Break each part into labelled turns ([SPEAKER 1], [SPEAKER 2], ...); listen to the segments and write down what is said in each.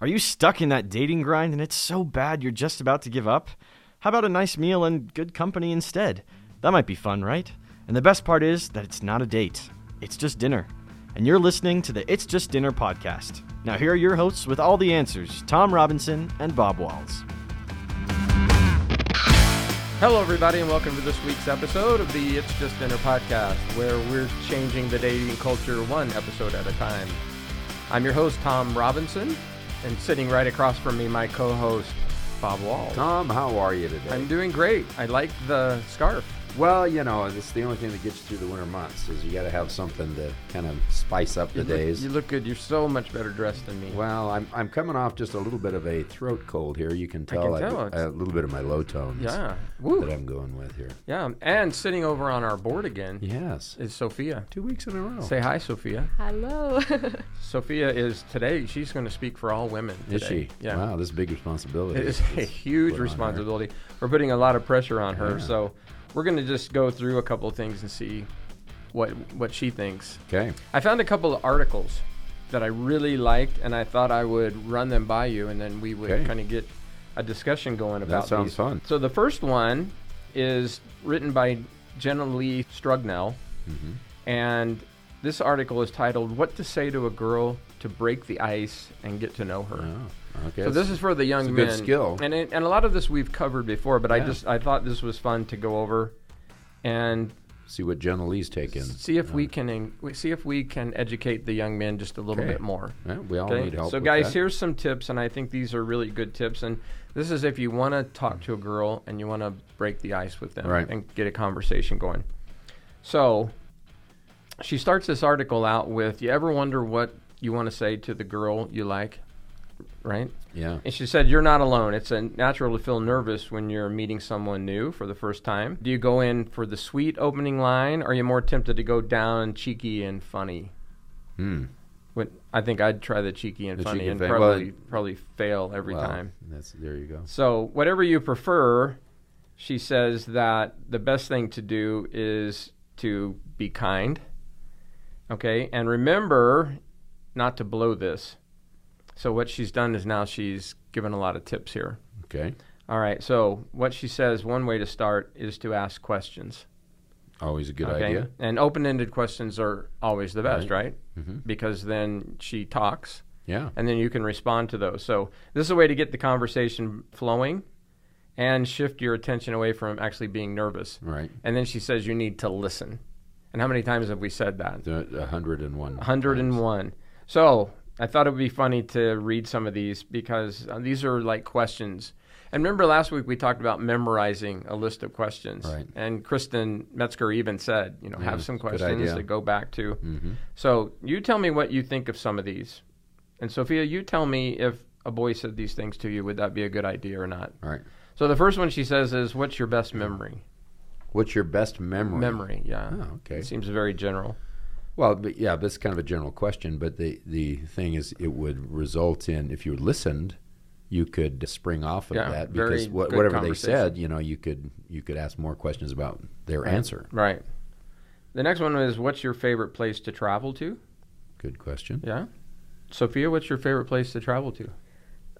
[SPEAKER 1] Are you stuck in that dating grind and it's so bad you're just about to give up? How about a nice meal and good company instead? That might be fun, right? And the best part is that it's not a date, it's just dinner. And you're listening to the It's Just Dinner podcast. Now, here are your hosts with all the answers Tom Robinson and Bob Walls.
[SPEAKER 2] Hello, everybody, and welcome to this week's episode of the It's Just Dinner podcast, where we're changing the dating culture one episode at a time. I'm your host, Tom Robinson, and sitting right across from me, my co host, Bob Wall.
[SPEAKER 3] Tom, how are you today?
[SPEAKER 2] I'm doing great. I like the scarf.
[SPEAKER 3] well, you know, it's the only thing that gets you through the winter months is you got to have something to kind of spice up the
[SPEAKER 2] You look-
[SPEAKER 3] days.
[SPEAKER 2] you look good. You're so much better dressed than me.
[SPEAKER 3] well, I'm, I'm coming off just a little bit of a throat cold here. You can tell,
[SPEAKER 2] can tell.
[SPEAKER 3] a little bit of my low tones
[SPEAKER 2] Yeah.
[SPEAKER 3] that I'm going with here.
[SPEAKER 2] Yeah. And sitting over on our board again
[SPEAKER 3] Yes.
[SPEAKER 2] is Sophia.
[SPEAKER 3] Two weeks in a row.
[SPEAKER 2] Say hi, Sophia.
[SPEAKER 4] Hello.
[SPEAKER 2] Sophia is today, she's going to speak for all women.
[SPEAKER 3] is
[SPEAKER 2] today.
[SPEAKER 3] she?
[SPEAKER 2] Yeah.
[SPEAKER 3] Wow, this is a big responsibility.
[SPEAKER 2] It is a
[SPEAKER 3] It's
[SPEAKER 2] huge
[SPEAKER 3] put on her.
[SPEAKER 2] responsibility. We're putting a lot of pressure on her,
[SPEAKER 3] Yeah.
[SPEAKER 2] so we're going to just go through a couple of things and see what what she thinks.
[SPEAKER 3] Okay.
[SPEAKER 2] I found a couple of articles that I really liked, and I thought I would run them by you, and then we would
[SPEAKER 3] Okay.
[SPEAKER 2] kind of get a discussion going about.
[SPEAKER 3] sounds
[SPEAKER 2] these.
[SPEAKER 3] fun.
[SPEAKER 2] So the first one is written by Jenna Lee Strugnell,
[SPEAKER 3] Mm-hmm.
[SPEAKER 2] and this article is titled "What to Say to a Girl to Break the Ice and Get to Know Her."
[SPEAKER 3] Oh, okay.
[SPEAKER 2] So this is for the young
[SPEAKER 3] it's a
[SPEAKER 2] men.
[SPEAKER 3] good skill.
[SPEAKER 2] and it, and a lot of this we've covered before, but I
[SPEAKER 3] Yeah.
[SPEAKER 2] just I thought this was fun to go over, and
[SPEAKER 3] See what Jenna Lee's taking.
[SPEAKER 2] see if we can en- we- see if we can educate the young men just a little
[SPEAKER 3] Okay.
[SPEAKER 2] bit more.
[SPEAKER 3] Yeah, we all
[SPEAKER 2] Okay?
[SPEAKER 3] need help.
[SPEAKER 2] So
[SPEAKER 3] with
[SPEAKER 2] guys,
[SPEAKER 3] that.
[SPEAKER 2] here's some tips, and I think these are really good tips. And this is if you want to talk to a girl and you want to break the ice with them
[SPEAKER 3] Right.
[SPEAKER 2] and get a conversation going. So she starts this article out with, "You ever wonder what you want to say to the girl you like?" Right.
[SPEAKER 3] Yeah.
[SPEAKER 2] And she said, You're not alone. It's uh, natural to feel nervous when you're meeting someone new for the first time. Do you go in for the sweet opening line? Or are you more tempted to go down cheeky and funny?
[SPEAKER 3] Hmm.
[SPEAKER 2] What, I think I'd try the cheeky and
[SPEAKER 3] The
[SPEAKER 2] funny
[SPEAKER 3] cheeky
[SPEAKER 2] and
[SPEAKER 3] thing.
[SPEAKER 2] probably,
[SPEAKER 3] Well,
[SPEAKER 2] probably fail every
[SPEAKER 3] Well,
[SPEAKER 2] time.
[SPEAKER 3] That's there. You go.
[SPEAKER 2] So, whatever you prefer, she says that the best thing to do is to be kind. Okay. And remember not to blow this. So, what she's done is now she's given a lot of tips here.
[SPEAKER 3] Okay.
[SPEAKER 2] All right. So what she says, one way to start is to ask questions.
[SPEAKER 3] Always a good idea.
[SPEAKER 2] And open-ended questions are always the best, right?
[SPEAKER 3] Mhm.
[SPEAKER 2] Because then she talks,
[SPEAKER 3] Yeah.
[SPEAKER 2] and then you can respond to those. So this is a way to get the conversation flowing, and shift your attention away from actually being nervous.
[SPEAKER 3] Right.
[SPEAKER 2] And then she says you need to listen. And how many times have we said that?
[SPEAKER 3] The- a hundred and one.
[SPEAKER 2] 101. So I thought it would be funny to read some of these because uh, these are like questions. And remember last week we talked about memorizing a list of questions.
[SPEAKER 3] Right.
[SPEAKER 2] And Kristen Metzger even said, you know, have
[SPEAKER 3] Yeah,
[SPEAKER 2] some
[SPEAKER 3] good
[SPEAKER 2] questions
[SPEAKER 3] idea.
[SPEAKER 2] to go back to.
[SPEAKER 3] Mm-hmm.
[SPEAKER 2] So you tell me what you think of some of these. And Sophia, you tell me if a boy said these things to you, would that be a good idea or not?
[SPEAKER 3] All right.
[SPEAKER 2] So the first one she says is, what's your best memory?
[SPEAKER 3] What's your best memory?
[SPEAKER 2] Memory, yeah.
[SPEAKER 3] Oh, okay.
[SPEAKER 2] It seems very general.
[SPEAKER 3] Well, but yeah, that's kind of a general question, but the the thing is, it would result in if you listened, you could spring off of
[SPEAKER 2] Yeah,
[SPEAKER 3] that
[SPEAKER 2] very
[SPEAKER 3] because wha-
[SPEAKER 2] good
[SPEAKER 3] whatever they
[SPEAKER 2] conversation.
[SPEAKER 3] said, you know, you could you could ask more questions about their answer.
[SPEAKER 2] Right. The next one is what's your favorite place to travel to?
[SPEAKER 3] Good question.
[SPEAKER 2] Yeah. Sophia, what's your favorite place to travel to?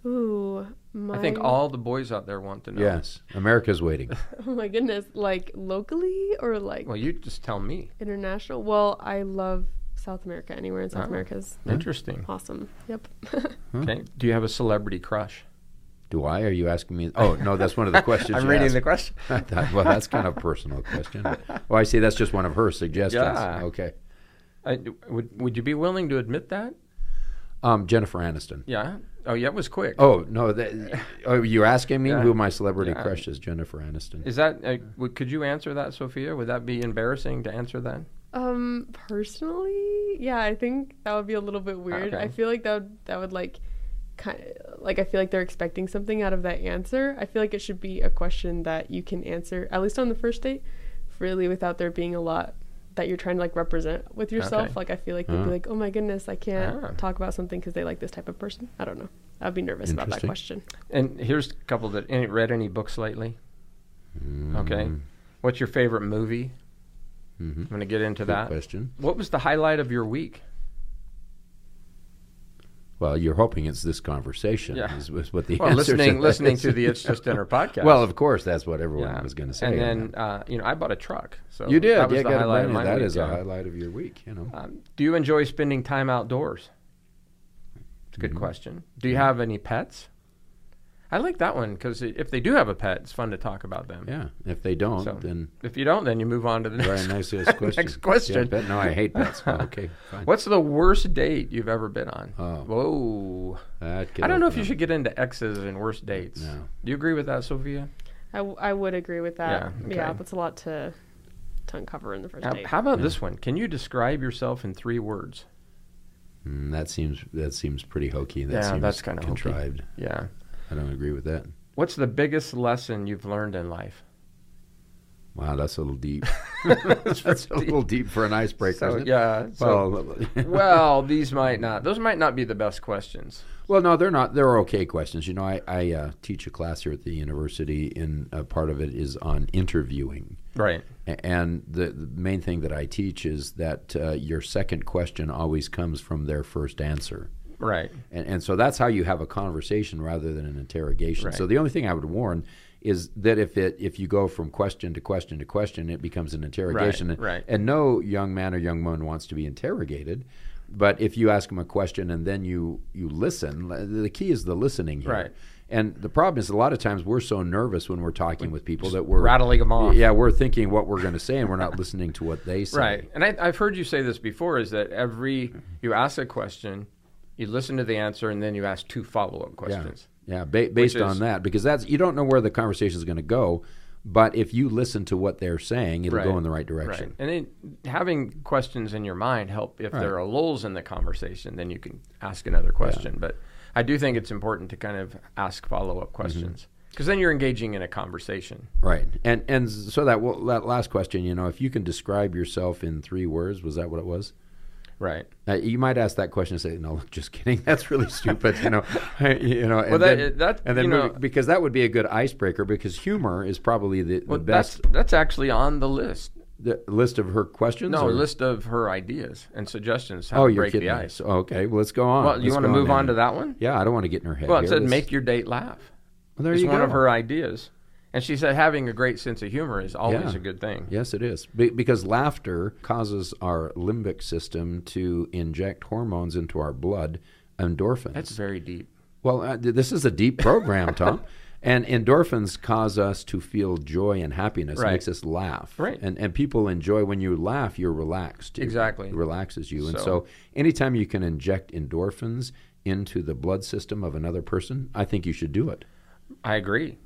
[SPEAKER 4] Ooh, my
[SPEAKER 2] I think all the boys out there want to know.
[SPEAKER 3] Yes, America's waiting.
[SPEAKER 4] Oh my goodness, like locally or like
[SPEAKER 2] Well, you just tell me.
[SPEAKER 4] international? Well, I love South America. Anywhere in South
[SPEAKER 2] Oh.
[SPEAKER 4] America is
[SPEAKER 2] Interesting.
[SPEAKER 4] awesome. Yep.
[SPEAKER 2] Okay. Do you have a celebrity crush?
[SPEAKER 3] Do I? Are you asking me? Oh no, that's one of the questions.
[SPEAKER 2] I'm
[SPEAKER 3] you
[SPEAKER 2] reading
[SPEAKER 3] asked.
[SPEAKER 2] the question.
[SPEAKER 3] I thought, well, that's kind of a personal question. Well, I see. That's just one of her suggestions.
[SPEAKER 2] Yeah.
[SPEAKER 3] Okay.
[SPEAKER 2] I, would Would you be willing to admit that?
[SPEAKER 3] Um, Jennifer Aniston.
[SPEAKER 2] Yeah. Oh, yeah, it was quick.
[SPEAKER 3] Oh no! That, oh, you're asking me
[SPEAKER 2] Yeah.
[SPEAKER 3] who my celebrity
[SPEAKER 2] Yeah.
[SPEAKER 3] crush is? Jennifer Aniston.
[SPEAKER 2] Is that? Uh, would, could you answer that, Sophia? Would that be embarrassing to answer that?
[SPEAKER 4] um, personally, yeah, I think that would be a little bit weird.
[SPEAKER 2] Okay.
[SPEAKER 4] I feel like that would, that would like kind of, like I feel like they're expecting something out of that answer. I feel like it should be a question that you can answer at least on the first date, really without there being a lot that you're trying to like represent with yourself.
[SPEAKER 2] Okay. Hmm.
[SPEAKER 4] Like I feel like they'd be
[SPEAKER 3] Ah.
[SPEAKER 4] like, "Oh my goodness, I can't
[SPEAKER 2] Ah.
[SPEAKER 4] talk about something because they like this type of person." I don't know. I'd be nervous about that
[SPEAKER 3] Interesting.
[SPEAKER 4] question.
[SPEAKER 2] And here's a couple that any, read any books lately.
[SPEAKER 3] Mm.
[SPEAKER 2] Okay. What's your favorite movie?
[SPEAKER 3] Mm-hmm.
[SPEAKER 2] I'm going to get into
[SPEAKER 3] Good
[SPEAKER 2] that.
[SPEAKER 3] question.
[SPEAKER 2] What was the highlight of your week?
[SPEAKER 3] Well, you're hoping it's this conversation
[SPEAKER 2] Yeah.
[SPEAKER 3] is, is what the
[SPEAKER 2] Well,
[SPEAKER 3] answer
[SPEAKER 2] listening
[SPEAKER 3] that
[SPEAKER 2] listening
[SPEAKER 3] is.
[SPEAKER 2] to the It's Just Dinner podcast.
[SPEAKER 3] Well, of course, that's what everyone
[SPEAKER 2] Yeah.
[SPEAKER 3] was going to say.
[SPEAKER 2] And
[SPEAKER 3] on
[SPEAKER 2] then
[SPEAKER 3] that.
[SPEAKER 2] uh, you know I bought a truck. So
[SPEAKER 3] you did.
[SPEAKER 2] That was
[SPEAKER 3] yeah,
[SPEAKER 2] the
[SPEAKER 3] gotta
[SPEAKER 2] highlight of
[SPEAKER 3] admit it.
[SPEAKER 2] my
[SPEAKER 3] That
[SPEAKER 2] week,
[SPEAKER 3] is
[SPEAKER 2] yeah.
[SPEAKER 3] a highlight of your week. You know.
[SPEAKER 2] Um, do you enjoy spending time outdoors? It's a good
[SPEAKER 3] Mm-hmm.
[SPEAKER 2] question. Do you have any pets? I like that one because if they do have a pet, it's fun to talk about them.
[SPEAKER 3] Yeah. If they don't,
[SPEAKER 2] So-
[SPEAKER 3] then
[SPEAKER 2] If you don't, then you move on to the
[SPEAKER 3] very
[SPEAKER 2] next.
[SPEAKER 3] nice ask question.
[SPEAKER 2] Next question.
[SPEAKER 3] Yeah, bet- no, I hate pets. Oh, okay, fine.
[SPEAKER 2] What's the worst date you've ever been on?
[SPEAKER 3] Oh.
[SPEAKER 2] Whoa.
[SPEAKER 3] I'd get
[SPEAKER 2] I don't know if you
[SPEAKER 3] open
[SPEAKER 2] should get into exes and worst dates.
[SPEAKER 3] No.
[SPEAKER 2] Do you agree with that, Sophia?
[SPEAKER 4] I, w- I would agree with that.
[SPEAKER 2] Yeah,
[SPEAKER 4] Yeah,
[SPEAKER 2] okay.
[SPEAKER 4] that's a lot to to uncover in the first
[SPEAKER 2] Now,
[SPEAKER 4] date.
[SPEAKER 2] how about this one? Can you describe yourself in three words?
[SPEAKER 3] up. Mm, that seems that seemes pretty hokey. That
[SPEAKER 2] Yeah,
[SPEAKER 3] seems
[SPEAKER 2] that's kinda hokey.
[SPEAKER 3] contrived.
[SPEAKER 2] Yeah.
[SPEAKER 3] I don't agree with that.
[SPEAKER 2] What's the biggest lesson you've learned in life?
[SPEAKER 3] Wow, that's a little deep. that's a little deep for an icebreaker.
[SPEAKER 2] So,
[SPEAKER 3] isn't it?
[SPEAKER 2] yeah. So,
[SPEAKER 3] Well,
[SPEAKER 2] well, these might not. Those might not be the best questions.
[SPEAKER 3] Well, no, they're not. They're okay questions. You know, I, I uh, teach a class here at the university, and uh, part of it is on interviewing.
[SPEAKER 2] Right.
[SPEAKER 3] A- And the, the main thing that I teach is that uh, your second question always comes from their first answer.
[SPEAKER 2] Right.
[SPEAKER 3] And, and so that's how you have a conversation rather than an interrogation.
[SPEAKER 2] Right.
[SPEAKER 3] So the only thing I would warn is that if it if you go from question to question to question, it becomes an interrogation. And-
[SPEAKER 2] right.
[SPEAKER 3] And no young man or young woman wants to be interrogated. But if you ask them a question and then you you listen, l- the key is the listening here.
[SPEAKER 2] Right.
[SPEAKER 3] And the problem is a lot of times we're so nervous when we're talking with people that we're
[SPEAKER 2] rattling 'em off.
[SPEAKER 3] Yeah, we're thinking what we're going to say and we're not listening to what they say.
[SPEAKER 2] Right. And I, I've heard you say this before is that every, you ask a question, you listen to the answer, and then you ask two follow up questions.
[SPEAKER 3] Yeah, ba- based
[SPEAKER 2] is-
[SPEAKER 3] on that, because that's you don't know where the conversation is going to go, but if you listen to what they're saying, it'll
[SPEAKER 2] Right.
[SPEAKER 3] go in the right
[SPEAKER 2] Right.
[SPEAKER 3] direction.
[SPEAKER 2] And then having questions in your mind help if there are lulls in the conversation, then you can ask another question. But I do think it's important to kind of ask follow
[SPEAKER 3] Mm-hmm.
[SPEAKER 2] up questions because then you're engaging in a conversation.
[SPEAKER 3] Right. And and so that well, that last question, you know, if you can describe yourself in three words, was that what it was?
[SPEAKER 2] Right.
[SPEAKER 3] Uh, you might ask that question and say, "No, look, just kidding. That's really stupid." You know, you know. And
[SPEAKER 2] Well, that- uh,
[SPEAKER 3] then,
[SPEAKER 2] that-
[SPEAKER 3] and then
[SPEAKER 2] you know-
[SPEAKER 3] moving- because that would be a good icebreaker because humor is probably the, the
[SPEAKER 2] Well,
[SPEAKER 3] best
[SPEAKER 2] that's that's actually on the list.
[SPEAKER 3] the list of her questions.
[SPEAKER 2] No,
[SPEAKER 3] or-
[SPEAKER 2] list of her ideas and suggestions how
[SPEAKER 3] Oh,
[SPEAKER 2] to
[SPEAKER 3] you're
[SPEAKER 2] break
[SPEAKER 3] kidding.
[SPEAKER 2] the
[SPEAKER 3] me.
[SPEAKER 2] ice.
[SPEAKER 3] So, okay, well, let's go on.
[SPEAKER 2] Well, you
[SPEAKER 3] Let's
[SPEAKER 2] want to
[SPEAKER 3] go
[SPEAKER 2] move on,
[SPEAKER 3] man.
[SPEAKER 2] to that one?
[SPEAKER 3] Yeah, I don't want to get in her head.
[SPEAKER 2] Well, it
[SPEAKER 3] here.
[SPEAKER 2] said
[SPEAKER 3] Let's-
[SPEAKER 2] make your date laugh.
[SPEAKER 3] Well, there
[SPEAKER 2] it's
[SPEAKER 3] you
[SPEAKER 2] one
[SPEAKER 3] go.
[SPEAKER 2] of her ideas, and she said having a great sense of humor is always
[SPEAKER 3] Yeah.
[SPEAKER 2] a good thing.
[SPEAKER 3] Yes, it is. Be- because laughter causes our limbic system to inject hormones into our blood, endorphins.
[SPEAKER 2] That's very deep.
[SPEAKER 3] well, uh, th- this is a deep program, Tom. And endorphins cause us to feel joy and happiness.
[SPEAKER 2] Right.
[SPEAKER 3] It makes us laugh.
[SPEAKER 2] Right.
[SPEAKER 3] And, and people enjoy when you laugh, you're relaxed. It
[SPEAKER 2] Exactly.
[SPEAKER 3] relaxes you. And
[SPEAKER 2] So-
[SPEAKER 3] so, anytime you can inject endorphins into the blood system of another person, I think you should do it.
[SPEAKER 2] I agree.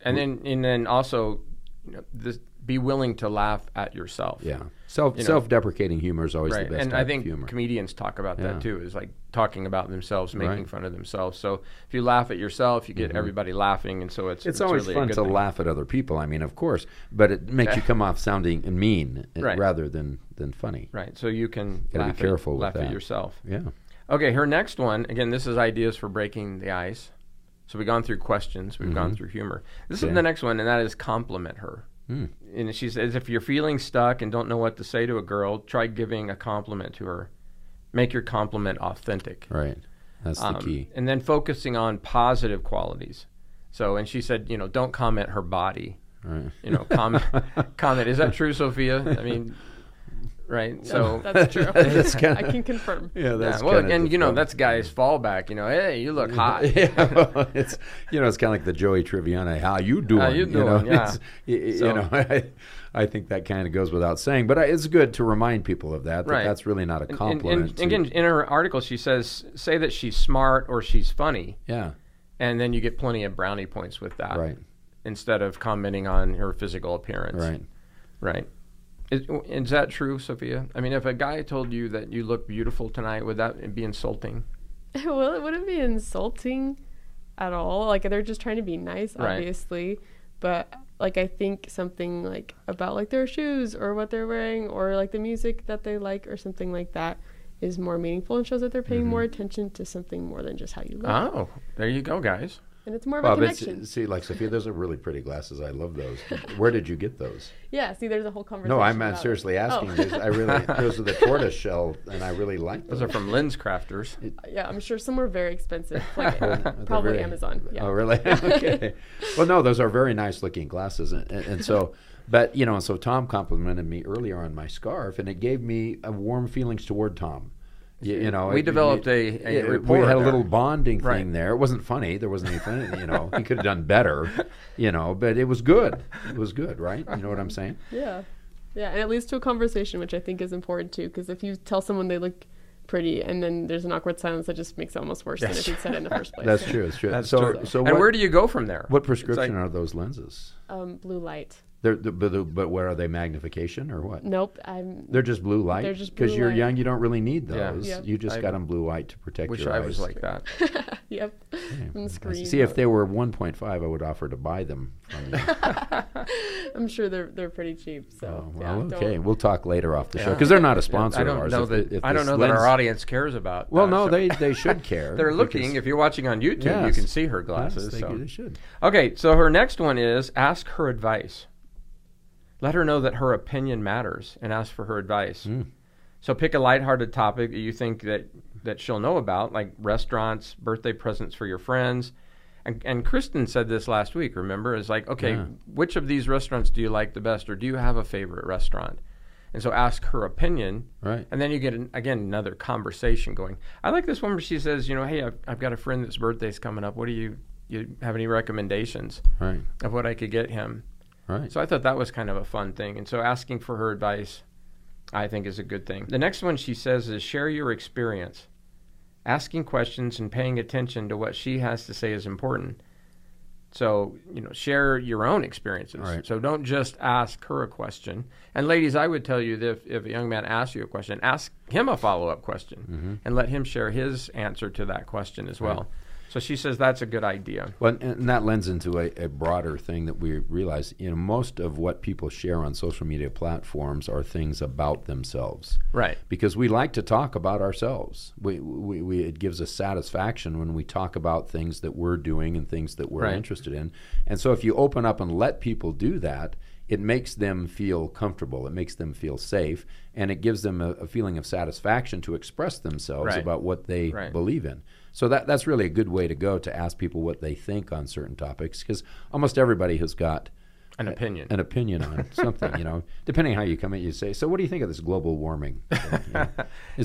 [SPEAKER 2] And then and then also, you know, this, be willing to laugh at yourself.
[SPEAKER 3] Yeah. Self,
[SPEAKER 2] You know-
[SPEAKER 3] self-deprecating humor is always
[SPEAKER 2] Right.
[SPEAKER 3] the best
[SPEAKER 2] And
[SPEAKER 3] type
[SPEAKER 2] I
[SPEAKER 3] of
[SPEAKER 2] think
[SPEAKER 3] humor.
[SPEAKER 2] comedians talk about
[SPEAKER 3] Yeah.
[SPEAKER 2] that too, is like talking about themselves, making
[SPEAKER 3] Right. Mm-hmm.
[SPEAKER 2] fun of themselves. So if you laugh at yourself, you get everybody laughing and so it's
[SPEAKER 3] It's, always
[SPEAKER 2] really a
[SPEAKER 3] fun
[SPEAKER 2] good
[SPEAKER 3] to
[SPEAKER 2] thing.
[SPEAKER 3] laugh at other people. I mean, of course, but it makes you come off sounding mean uh,
[SPEAKER 2] Right.
[SPEAKER 3] rather than than funny.
[SPEAKER 2] Right. So you can
[SPEAKER 3] Gotta be
[SPEAKER 2] laugh
[SPEAKER 3] careful
[SPEAKER 2] at,
[SPEAKER 3] with
[SPEAKER 2] laugh at
[SPEAKER 3] that.
[SPEAKER 2] yourself.
[SPEAKER 3] Yeah.
[SPEAKER 2] Okay, her next one, again, this is ideas for breaking the ice. So we've gone through questions, we've
[SPEAKER 3] Mm-hmm.
[SPEAKER 2] gone through humor. This is the next one, and that is compliment her.
[SPEAKER 3] Hmm.
[SPEAKER 2] And she says, if you're feeling stuck and don't know what to say to a girl, try giving a compliment to her. Make your compliment authentic.
[SPEAKER 3] Right. That's the
[SPEAKER 2] Um,
[SPEAKER 3] key.
[SPEAKER 2] And then focusing on positive qualities. So, and she said, you know, don't comment her body.
[SPEAKER 3] Right.
[SPEAKER 2] You know, comment. comment. Is that true, Sophia? I mean, right? So,
[SPEAKER 4] That's true.
[SPEAKER 3] That's kinda-
[SPEAKER 4] I can confirm.
[SPEAKER 3] Yeah,
[SPEAKER 2] yeah, well, and you know, that's guys' fallback. You know, hey, you look hot.
[SPEAKER 3] yeah, well, it's you know it's kind of like the Joey Tribbiani, how you doing?
[SPEAKER 2] you
[SPEAKER 3] know,
[SPEAKER 2] doing? Yeah.
[SPEAKER 3] it's- y- y-
[SPEAKER 2] So-
[SPEAKER 3] you know, I, I think that kind of goes without saying, but I, it's good to remind people of that. that
[SPEAKER 2] Right.
[SPEAKER 3] that's really not a
[SPEAKER 2] And- and-
[SPEAKER 3] compliment.
[SPEAKER 2] and,
[SPEAKER 3] to-
[SPEAKER 2] again, in her article, she says, say that she's smart or she's funny,
[SPEAKER 3] yeah,
[SPEAKER 2] and then you get plenty of brownie points with that.
[SPEAKER 3] right,
[SPEAKER 2] Instead of commenting on her physical appearance.
[SPEAKER 3] right.
[SPEAKER 2] Right. Is, is that true, Sophia? I mean, if a guy told you that you look beautiful tonight, would that be insulting?
[SPEAKER 4] well, it wouldn't be insulting at all. Like they're just trying to be nice,
[SPEAKER 2] Right.
[SPEAKER 4] obviously. But like I think something like about like their shoes or what they're wearing or like the music that they like or something like that
[SPEAKER 3] Mm-hmm.
[SPEAKER 4] is more meaningful and shows that they're paying more attention to something more than just how you look.
[SPEAKER 2] Oh, there you go, guys.
[SPEAKER 4] and it's more of
[SPEAKER 3] Bob,
[SPEAKER 4] a
[SPEAKER 3] it's,
[SPEAKER 4] connection.
[SPEAKER 3] see, like Sophia, those are really pretty glasses. I love those. Where did you get those?
[SPEAKER 4] yeah. See, there's a whole conversation.
[SPEAKER 3] No, I'm
[SPEAKER 4] about
[SPEAKER 3] not
[SPEAKER 4] it.
[SPEAKER 3] seriously asking.
[SPEAKER 4] Oh.
[SPEAKER 3] These- I really those are the tortoise shell, and I really like those.
[SPEAKER 2] Those are from Lens Crafters.
[SPEAKER 4] Yeah, I'm sure some were very expensive. Like
[SPEAKER 3] Well, they're
[SPEAKER 4] probably
[SPEAKER 3] very-
[SPEAKER 4] Amazon. Yeah.
[SPEAKER 3] Oh, really? okay. Well, no, those are very nice looking glasses, and, and, and so, but you know, so Tom complimented me earlier on my scarf, and it gave me a warm feelings toward Tom. You, you know,
[SPEAKER 2] We
[SPEAKER 3] it-
[SPEAKER 2] developed a- a rapport
[SPEAKER 3] We had a
[SPEAKER 2] there.
[SPEAKER 3] little bonding
[SPEAKER 2] Right.
[SPEAKER 3] thing there. It wasn't funny. There wasn't anything. You know, he could have done better. You know, but it was good. It was good, right? You know what I'm saying?
[SPEAKER 4] Yeah. Yeah, and it leads to a conversation, which I think is important too, because if you tell someone they look pretty and then there's an awkward silence, that just makes it almost worse than if you'd said it in the first place.
[SPEAKER 3] That's true. That's true.
[SPEAKER 2] That's
[SPEAKER 3] so,
[SPEAKER 2] true.
[SPEAKER 3] so
[SPEAKER 2] and
[SPEAKER 3] what,
[SPEAKER 2] where do you go from there?
[SPEAKER 3] what prescription
[SPEAKER 2] like-
[SPEAKER 3] are those lenses?
[SPEAKER 4] Um, blue light.
[SPEAKER 3] They're, the but, but where are they? Magnification or what?
[SPEAKER 4] Nope. I'm.
[SPEAKER 3] They're just blue light.
[SPEAKER 4] They're just
[SPEAKER 3] because
[SPEAKER 4] blue
[SPEAKER 3] you're
[SPEAKER 4] light.
[SPEAKER 3] young. You don't really need
[SPEAKER 2] Yeah.
[SPEAKER 3] those.
[SPEAKER 4] Yep.
[SPEAKER 3] You just
[SPEAKER 2] I
[SPEAKER 3] got them blue light to protect
[SPEAKER 2] Wish
[SPEAKER 3] your
[SPEAKER 2] I
[SPEAKER 3] eyes.
[SPEAKER 2] was like that.
[SPEAKER 4] Yep. From the
[SPEAKER 3] I see.
[SPEAKER 4] screen.
[SPEAKER 3] See if they were 1.5, I would offer to buy them from you.
[SPEAKER 4] I'm sure they're they're pretty cheap. So
[SPEAKER 3] Oh, well,
[SPEAKER 4] yeah,
[SPEAKER 3] okay.
[SPEAKER 4] Don't,
[SPEAKER 3] We'll talk later off the show because they're not a sponsor
[SPEAKER 2] I
[SPEAKER 3] of
[SPEAKER 2] don't
[SPEAKER 3] ours.
[SPEAKER 2] know
[SPEAKER 3] If
[SPEAKER 2] that.
[SPEAKER 3] the- if
[SPEAKER 2] I don't
[SPEAKER 3] this
[SPEAKER 2] know that our
[SPEAKER 3] lens-
[SPEAKER 2] audience cares about.
[SPEAKER 3] Well,
[SPEAKER 2] that,
[SPEAKER 3] no,
[SPEAKER 2] so-
[SPEAKER 3] they they should care.
[SPEAKER 2] They're
[SPEAKER 3] because-
[SPEAKER 2] looking. If you're watching on YouTube, you
[SPEAKER 3] Yes.
[SPEAKER 2] can see her
[SPEAKER 3] Yes,
[SPEAKER 2] glasses.
[SPEAKER 3] they,
[SPEAKER 2] so.
[SPEAKER 3] they should.
[SPEAKER 2] Okay, so her next one is ask her advice. Let her know that her opinion matters and ask for her advice.
[SPEAKER 3] Hmm.
[SPEAKER 2] So pick a lighthearted topic that you think that, that she'll know about, like restaurants, birthday presents for your friends. And, and Kristen said this last week, remember? Is like, okay,
[SPEAKER 3] Yeah.
[SPEAKER 2] which of these restaurants do you like the best or do you have a favorite restaurant? And so ask her opinion.
[SPEAKER 3] Right.
[SPEAKER 2] And then you get, an, again, another conversation going. I like this one where she says, you know, hey, I've, I've got a friend that's birthday's coming up. What do you, you have any recommendations?
[SPEAKER 3] Right.
[SPEAKER 2] of what I could get him.
[SPEAKER 3] Right.
[SPEAKER 2] So I thought that was kind of a fun thing. And so asking for her advice, I think, is a good thing. The next one she says is share your experience. Asking questions and paying attention to what she has to say is important. So, you know, share your own experiences.
[SPEAKER 3] Right.
[SPEAKER 2] So don't just ask her a question. And ladies, I would tell you that if, if a young man asks you a question, ask him a follow up question
[SPEAKER 3] Mm-hmm.
[SPEAKER 2] and let him share his answer to that question as well. So she says that's a good idea.
[SPEAKER 3] Well, and- and that lends into a, a broader thing that we realize. You know, most of what people share on social media platforms are things about themselves.
[SPEAKER 2] Right.
[SPEAKER 3] because we like to talk about ourselves. We, we, we it gives us satisfaction when we talk about things that we're doing and things that we're
[SPEAKER 2] Right.
[SPEAKER 3] interested in. And so if you open up and let people do that, it makes them feel comfortable. It makes them feel safe, and it gives them a, a feeling of satisfaction to express themselves
[SPEAKER 2] Right.
[SPEAKER 3] about what they
[SPEAKER 2] Right.
[SPEAKER 3] believe in. So that that's really a good way to go to ask people what they think on certain topics because almost everybody has got
[SPEAKER 2] An opinion.
[SPEAKER 3] an opinion on something, you know, depending how you come at it, you say, so what do you think of this global warming? thing?" You know, is-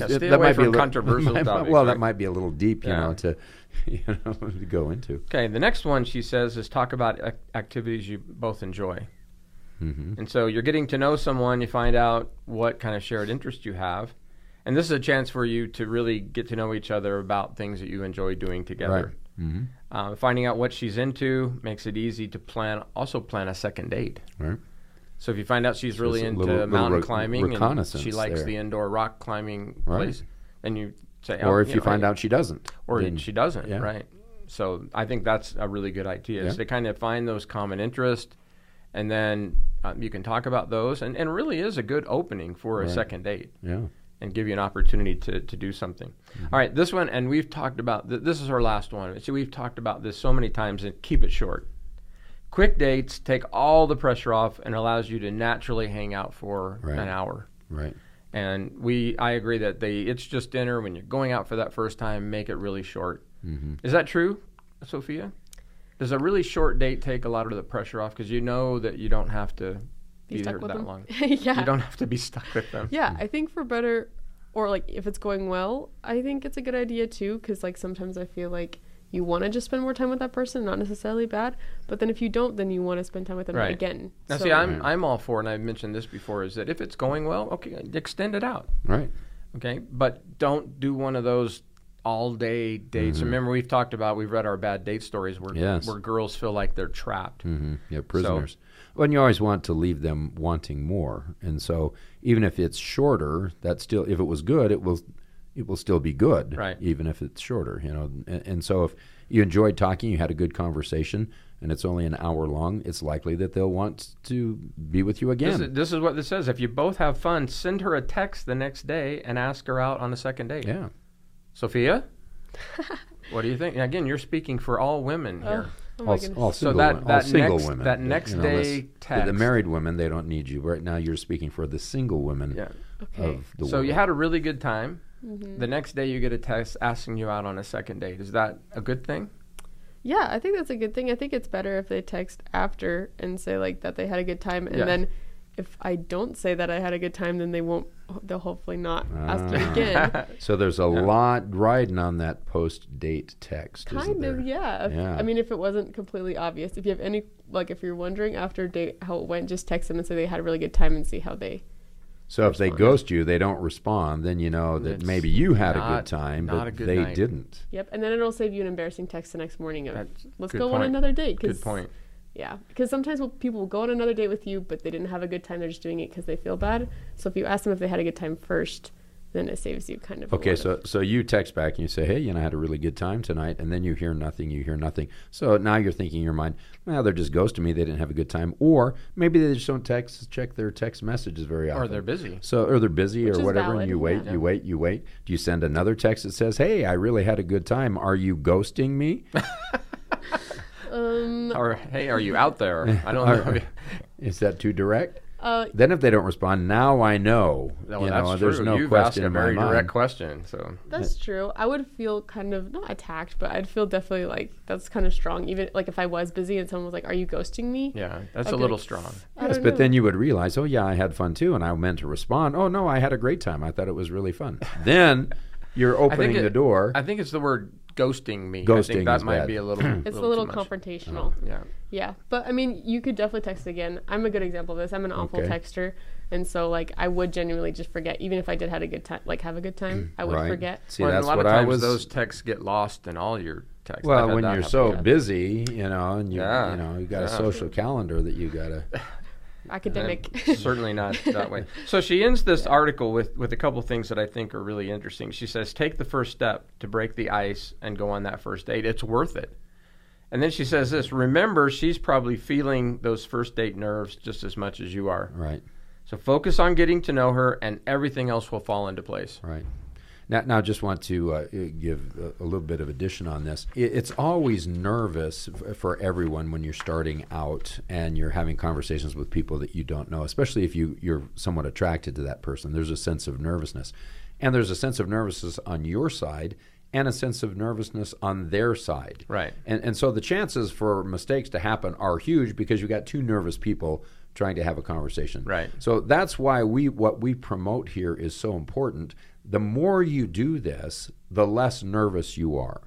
[SPEAKER 2] Yeah, stay away
[SPEAKER 3] might be
[SPEAKER 2] from
[SPEAKER 3] a little-
[SPEAKER 2] controversial
[SPEAKER 3] might-
[SPEAKER 2] topics,
[SPEAKER 3] Well,
[SPEAKER 2] right?
[SPEAKER 3] that might be a little deep, you
[SPEAKER 2] Yeah.
[SPEAKER 3] know, to you know to go into.
[SPEAKER 2] Okay, the next one she says is talk about ac- activities you both enjoy.
[SPEAKER 3] Mhm.
[SPEAKER 2] And so you're getting to know someone, you find out what kind of shared interest you have. And this is a chance for you to really get to know each other about things that you enjoy doing together.
[SPEAKER 3] Mm-hmm.
[SPEAKER 2] Um, finding out what she's into makes it easy to plan, also plan a second date.
[SPEAKER 3] Right.
[SPEAKER 2] So if you find out she's
[SPEAKER 3] So
[SPEAKER 2] really
[SPEAKER 3] it's a
[SPEAKER 2] into
[SPEAKER 3] little- little
[SPEAKER 2] mountain
[SPEAKER 3] re-
[SPEAKER 2] climbing and
[SPEAKER 3] reconnaissance
[SPEAKER 2] she likes
[SPEAKER 3] there.
[SPEAKER 2] the indoor rock climbing
[SPEAKER 3] Right.
[SPEAKER 2] place, then you say, oh,
[SPEAKER 3] Or if you,
[SPEAKER 2] know,
[SPEAKER 3] find out she doesn't,
[SPEAKER 2] or
[SPEAKER 3] then-
[SPEAKER 2] she doesn't,
[SPEAKER 3] yeah.
[SPEAKER 2] right? So I think that's a really good idea is
[SPEAKER 3] Yeah.
[SPEAKER 2] to kind of find those common interests, and then um, you can talk about those, and, and really is a good opening for a
[SPEAKER 3] Right.
[SPEAKER 2] second date
[SPEAKER 3] yeah,
[SPEAKER 2] and give you an opportunity to, to do something.
[SPEAKER 3] Mm-hmm.
[SPEAKER 2] All right, this one, and we've talked about th- this is our last one. See, we've talked about this so many times, and keep it short. Quick dates take all the pressure off and allows you to naturally hang out for
[SPEAKER 3] Right.
[SPEAKER 2] an hour
[SPEAKER 3] right,
[SPEAKER 2] and we i agree that they it's just dinner when you're going out for that first time make it really short
[SPEAKER 3] Mhm.
[SPEAKER 2] is that true sophia does a really short date take a lot of the pressure off because you know that you don't have to be,
[SPEAKER 4] be stuck
[SPEAKER 2] there
[SPEAKER 4] with
[SPEAKER 2] that
[SPEAKER 4] them.
[SPEAKER 2] long
[SPEAKER 4] yeah.
[SPEAKER 2] you don't have to be stuck with them
[SPEAKER 4] Yeah, I think for better or like if it's going well, I think it's a good idea too cuz like sometimes I feel like you want to just spend more time with that person, not necessarily bad, but then if you don't then you want to spend time with them
[SPEAKER 2] Right.
[SPEAKER 4] again.
[SPEAKER 2] now
[SPEAKER 4] So-
[SPEAKER 2] see i'm
[SPEAKER 3] Right.
[SPEAKER 2] i'm all for and i've mentioned this before is that if it's going well okay extend it out
[SPEAKER 3] right.
[SPEAKER 2] okay but don't do one of those all day dates remember we've talked about we've read our bad date stories where,
[SPEAKER 3] Yes.
[SPEAKER 2] where girls feel like they're trapped
[SPEAKER 3] hmm Yeah, prisoners. well, and you always want to leave them wanting more, and so even if it's shorter, that still, if it was good, it will, it will still be good,
[SPEAKER 2] Right.
[SPEAKER 3] Even if it's shorter, you know. And, and so if you enjoyed talking, you had a good conversation, and it's only an hour long, it's likely that they'll want to be with you
[SPEAKER 2] This
[SPEAKER 3] again.
[SPEAKER 2] is, this is what this says. If you both have fun, send her a text the next day and ask her out on a second date.
[SPEAKER 3] yeah,
[SPEAKER 2] Sophia, What do you think? Again, you're speaking for all women here.
[SPEAKER 4] Oh my
[SPEAKER 3] all,
[SPEAKER 4] goodness.
[SPEAKER 3] all single,
[SPEAKER 2] So that-
[SPEAKER 3] women, all
[SPEAKER 2] that
[SPEAKER 3] single
[SPEAKER 2] next-
[SPEAKER 3] women.
[SPEAKER 2] that
[SPEAKER 3] you
[SPEAKER 2] next
[SPEAKER 3] know,
[SPEAKER 2] day
[SPEAKER 3] this- The,
[SPEAKER 2] text.
[SPEAKER 3] married women, they don't need you. Right now, you're speaking for the single women
[SPEAKER 2] Yeah.
[SPEAKER 4] okay.
[SPEAKER 3] of the
[SPEAKER 2] so
[SPEAKER 3] world.
[SPEAKER 2] you had a really good time.
[SPEAKER 4] Mm-hmm.
[SPEAKER 2] The next day you get a text asking you out on a second date. Is that a good thing?
[SPEAKER 4] Yeah, I think that's a good thing. I think it's better if they text after and say like that they had a good time, and
[SPEAKER 2] Yes.
[SPEAKER 4] then if I don't say that I had a good time, then they won't. They'll hopefully not ask me
[SPEAKER 3] Ah.
[SPEAKER 4] again.
[SPEAKER 3] So there's a lot riding on that post date text. isn't
[SPEAKER 4] kind
[SPEAKER 3] there?
[SPEAKER 4] of, yeah. If-
[SPEAKER 3] Yeah.
[SPEAKER 4] I mean, if it wasn't completely obvious, if you have any like, if you're wondering after a date how it went, just text them and say they had a really good time and see how they.
[SPEAKER 3] So if they ghost you, they don't respond, then you know that
[SPEAKER 2] It's
[SPEAKER 3] maybe you had a
[SPEAKER 2] not-
[SPEAKER 3] good time,
[SPEAKER 2] not
[SPEAKER 3] but
[SPEAKER 2] a good
[SPEAKER 3] they
[SPEAKER 2] night.
[SPEAKER 3] didn't.
[SPEAKER 4] Yep, and then it'll save you an embarrassing text the next morning of
[SPEAKER 2] That's
[SPEAKER 4] let's
[SPEAKER 2] good
[SPEAKER 4] go on
[SPEAKER 2] point.
[SPEAKER 4] another date. 'cause-
[SPEAKER 2] Good point.
[SPEAKER 4] Yeah, because sometimes will people will go on another date with you, but they didn't have a good time. They're just doing it because they feel bad. So if you ask them if they had a good time first, then it saves you kind of. a
[SPEAKER 3] Okay,
[SPEAKER 4] lot
[SPEAKER 3] so
[SPEAKER 4] of-
[SPEAKER 3] so you text back and you say, "Hey, you know, I had a really good time tonight," and then you hear nothing. You hear nothing. So now you're thinking in your mind, "Well, they're just ghosting me. They didn't have a good time," or maybe they just don't text check their text messages very often,
[SPEAKER 2] Or they're busy.
[SPEAKER 3] So or they're busy
[SPEAKER 4] Which
[SPEAKER 3] or
[SPEAKER 4] is
[SPEAKER 3] whatever,
[SPEAKER 4] valid,
[SPEAKER 3] and you wait,
[SPEAKER 4] yeah.
[SPEAKER 3] you wait, you wait. Do you send another text that says, "Hey, I really had a good time. Are you ghosting me?"
[SPEAKER 2] Or hey, are you out there? I don't know.
[SPEAKER 3] Is that too direct?
[SPEAKER 4] Uh,
[SPEAKER 3] Then if they don't respond, now I know.
[SPEAKER 2] Well,
[SPEAKER 3] you
[SPEAKER 2] that's
[SPEAKER 3] know,
[SPEAKER 2] true.
[SPEAKER 3] there's no
[SPEAKER 2] You've asked
[SPEAKER 3] question
[SPEAKER 2] a
[SPEAKER 3] in my
[SPEAKER 2] very
[SPEAKER 3] mind.
[SPEAKER 2] direct question. So
[SPEAKER 4] that's true. I would feel kind of not attacked, but I'd feel definitely like that's kind of strong. Even like if I was busy and someone was like, "Are you ghosting me?"
[SPEAKER 2] yeah, that's
[SPEAKER 4] I'd
[SPEAKER 2] a
[SPEAKER 4] be
[SPEAKER 2] little
[SPEAKER 4] like,
[SPEAKER 2] strong.
[SPEAKER 4] I
[SPEAKER 3] Yes,
[SPEAKER 4] don't
[SPEAKER 3] but
[SPEAKER 4] know.
[SPEAKER 3] then you would realize, oh yeah, I had fun too, and I meant to respond. Oh no, I had a great time. I thought it was really fun. then you're opening
[SPEAKER 2] it-
[SPEAKER 3] the door.
[SPEAKER 2] I think it's the word ghosting me. I
[SPEAKER 3] Ghosting
[SPEAKER 2] think that
[SPEAKER 3] is
[SPEAKER 2] might
[SPEAKER 3] bad.
[SPEAKER 2] be a little.
[SPEAKER 4] it's
[SPEAKER 2] too
[SPEAKER 4] a little
[SPEAKER 2] much.
[SPEAKER 4] confrontational.
[SPEAKER 3] Uh-huh,
[SPEAKER 2] Yeah.
[SPEAKER 4] Yeah, but I mean, you could definitely text again. I'm a good example of this. I'm an awful
[SPEAKER 3] Okay.
[SPEAKER 4] texter, and so like I would genuinely just forget, even if I did had a good time, like have a good time, I would
[SPEAKER 3] Mm, right?
[SPEAKER 4] forget.
[SPEAKER 3] See,
[SPEAKER 2] Well, and
[SPEAKER 3] that's
[SPEAKER 2] a lot
[SPEAKER 3] what
[SPEAKER 2] of
[SPEAKER 3] I
[SPEAKER 2] times
[SPEAKER 3] was.
[SPEAKER 2] those texts get lost in all your texts. I've
[SPEAKER 3] well,
[SPEAKER 2] had
[SPEAKER 3] when
[SPEAKER 2] that
[SPEAKER 3] you're
[SPEAKER 2] happen.
[SPEAKER 3] so busy, you know, and you
[SPEAKER 2] Yeah.
[SPEAKER 3] you know you got a
[SPEAKER 2] Yeah.
[SPEAKER 3] social calendar that you gotta.
[SPEAKER 4] Academic.
[SPEAKER 2] And certainly not that way. So she ends this article with, with a couple things that I think are really interesting. She says, Take the first step to break the ice and go on that first date. It's worth it. And then she says this remember, she's probably feeling those first date nerves just as much as you are.
[SPEAKER 3] Right,
[SPEAKER 2] So focus on getting to know her, and everything else will fall into place.
[SPEAKER 3] right. Now, now, I just want to uh, give a, a little bit of addition on this. It, it's always nervous f- for everyone when you're starting out and you're having conversations with people that you don't know, especially if you you're somewhat attracted to that person. There's a sense of nervousness, and there's a sense of nervousness on your side and a sense of nervousness on their side.
[SPEAKER 2] Right.
[SPEAKER 3] And, and so the chances for mistakes to happen are huge because you got two nervous people trying to have a conversation.
[SPEAKER 2] Right.
[SPEAKER 3] So that's why we what we promote here is so important. The more you do this, the less nervous you are.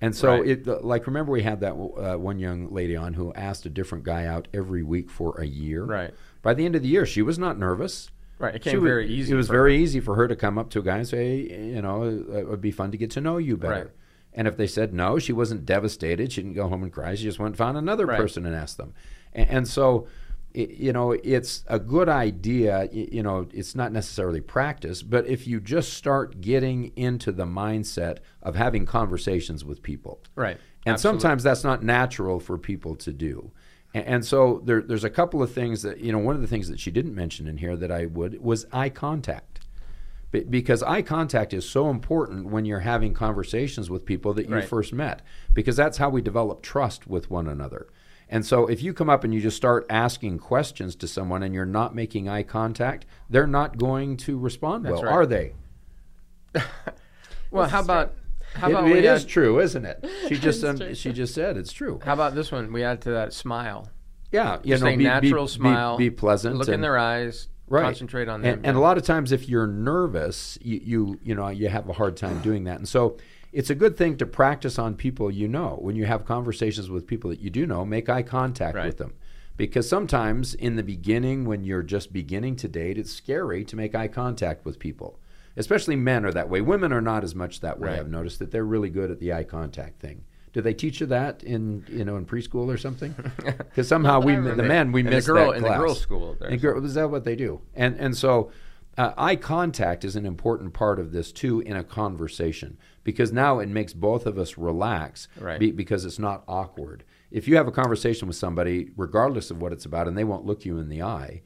[SPEAKER 3] And so,
[SPEAKER 2] Right.
[SPEAKER 3] it, like, remember we had that uh, one young lady on who asked a different guy out every week for a year.
[SPEAKER 2] Right.
[SPEAKER 3] By the end of the year, she was not nervous.
[SPEAKER 2] Right, it
[SPEAKER 3] She
[SPEAKER 2] came
[SPEAKER 3] wa-
[SPEAKER 2] very easy
[SPEAKER 3] It was
[SPEAKER 2] for
[SPEAKER 3] very easy for her to come up to a guy and say, you know, it would be fun to get to know you better.
[SPEAKER 2] Right.
[SPEAKER 3] And if they said no, she wasn't devastated. She didn't go home and cry. She just went and found another
[SPEAKER 2] Right.
[SPEAKER 3] person and asked them. And, and so, i you know, it's a good idea. y- You know, it's not necessarily practice, but if you just start getting into the mindset of having conversations with people.
[SPEAKER 2] Right.
[SPEAKER 3] And
[SPEAKER 2] Absolutely.
[SPEAKER 3] sometimes that's not natural for people to do. A- And, so there, there's a couple of things that, you know, one of the things that she didn't mention in here that I would was eye contact. Be- Because eye contact is so important when you're having conversations with people that you
[SPEAKER 2] Right.
[SPEAKER 3] first met, because that's how we develop trust with one another. And so if you come up and you just start asking questions to someone and you're not making eye contact, they're not going to respond well,
[SPEAKER 2] right.
[SPEAKER 3] are they?
[SPEAKER 2] Well, how about how
[SPEAKER 3] It-
[SPEAKER 2] about
[SPEAKER 3] it
[SPEAKER 2] we uh,
[SPEAKER 3] is
[SPEAKER 2] add,
[SPEAKER 3] true, isn't it? She just
[SPEAKER 4] It's
[SPEAKER 3] um,
[SPEAKER 4] true.
[SPEAKER 3] she just said it's true.
[SPEAKER 2] how about this one? We add to that smile.
[SPEAKER 3] Yeah, you
[SPEAKER 2] Just
[SPEAKER 3] know,
[SPEAKER 2] a
[SPEAKER 3] be, be-
[SPEAKER 2] natural
[SPEAKER 3] be-
[SPEAKER 2] smile.
[SPEAKER 3] be, pleasant,
[SPEAKER 2] Look in
[SPEAKER 3] and-
[SPEAKER 2] their eyes.
[SPEAKER 3] right.
[SPEAKER 2] Concentrate on them.
[SPEAKER 3] And, and a lot of times, if you're nervous, you, you you know you have a hard time doing that, and so it's a good thing to practice on people you know. When you have conversations with people that you do know, make eye contact
[SPEAKER 2] Right.
[SPEAKER 3] with them, because sometimes in the beginning, when you're just beginning to date, it's scary to make eye contact with people. Especially men are that way. Women are not as much that way.
[SPEAKER 2] Right.
[SPEAKER 3] I've noticed that they're really good at the eye contact thing. Do they teach you that in you know in preschool or something? Because somehow we
[SPEAKER 4] Not that I
[SPEAKER 3] the
[SPEAKER 2] remember.
[SPEAKER 3] men we
[SPEAKER 2] In the
[SPEAKER 3] miss
[SPEAKER 2] girl-
[SPEAKER 3] that
[SPEAKER 2] in the
[SPEAKER 3] class.
[SPEAKER 2] girls' school there.
[SPEAKER 3] In girl- is that what they do? And and so uh, eye contact is an important part of this too in a conversation because now it makes both of us relax
[SPEAKER 2] Right.
[SPEAKER 3] be- because it's not awkward. If you have a conversation with somebody, regardless of what it's about, and they won't look you in the eye,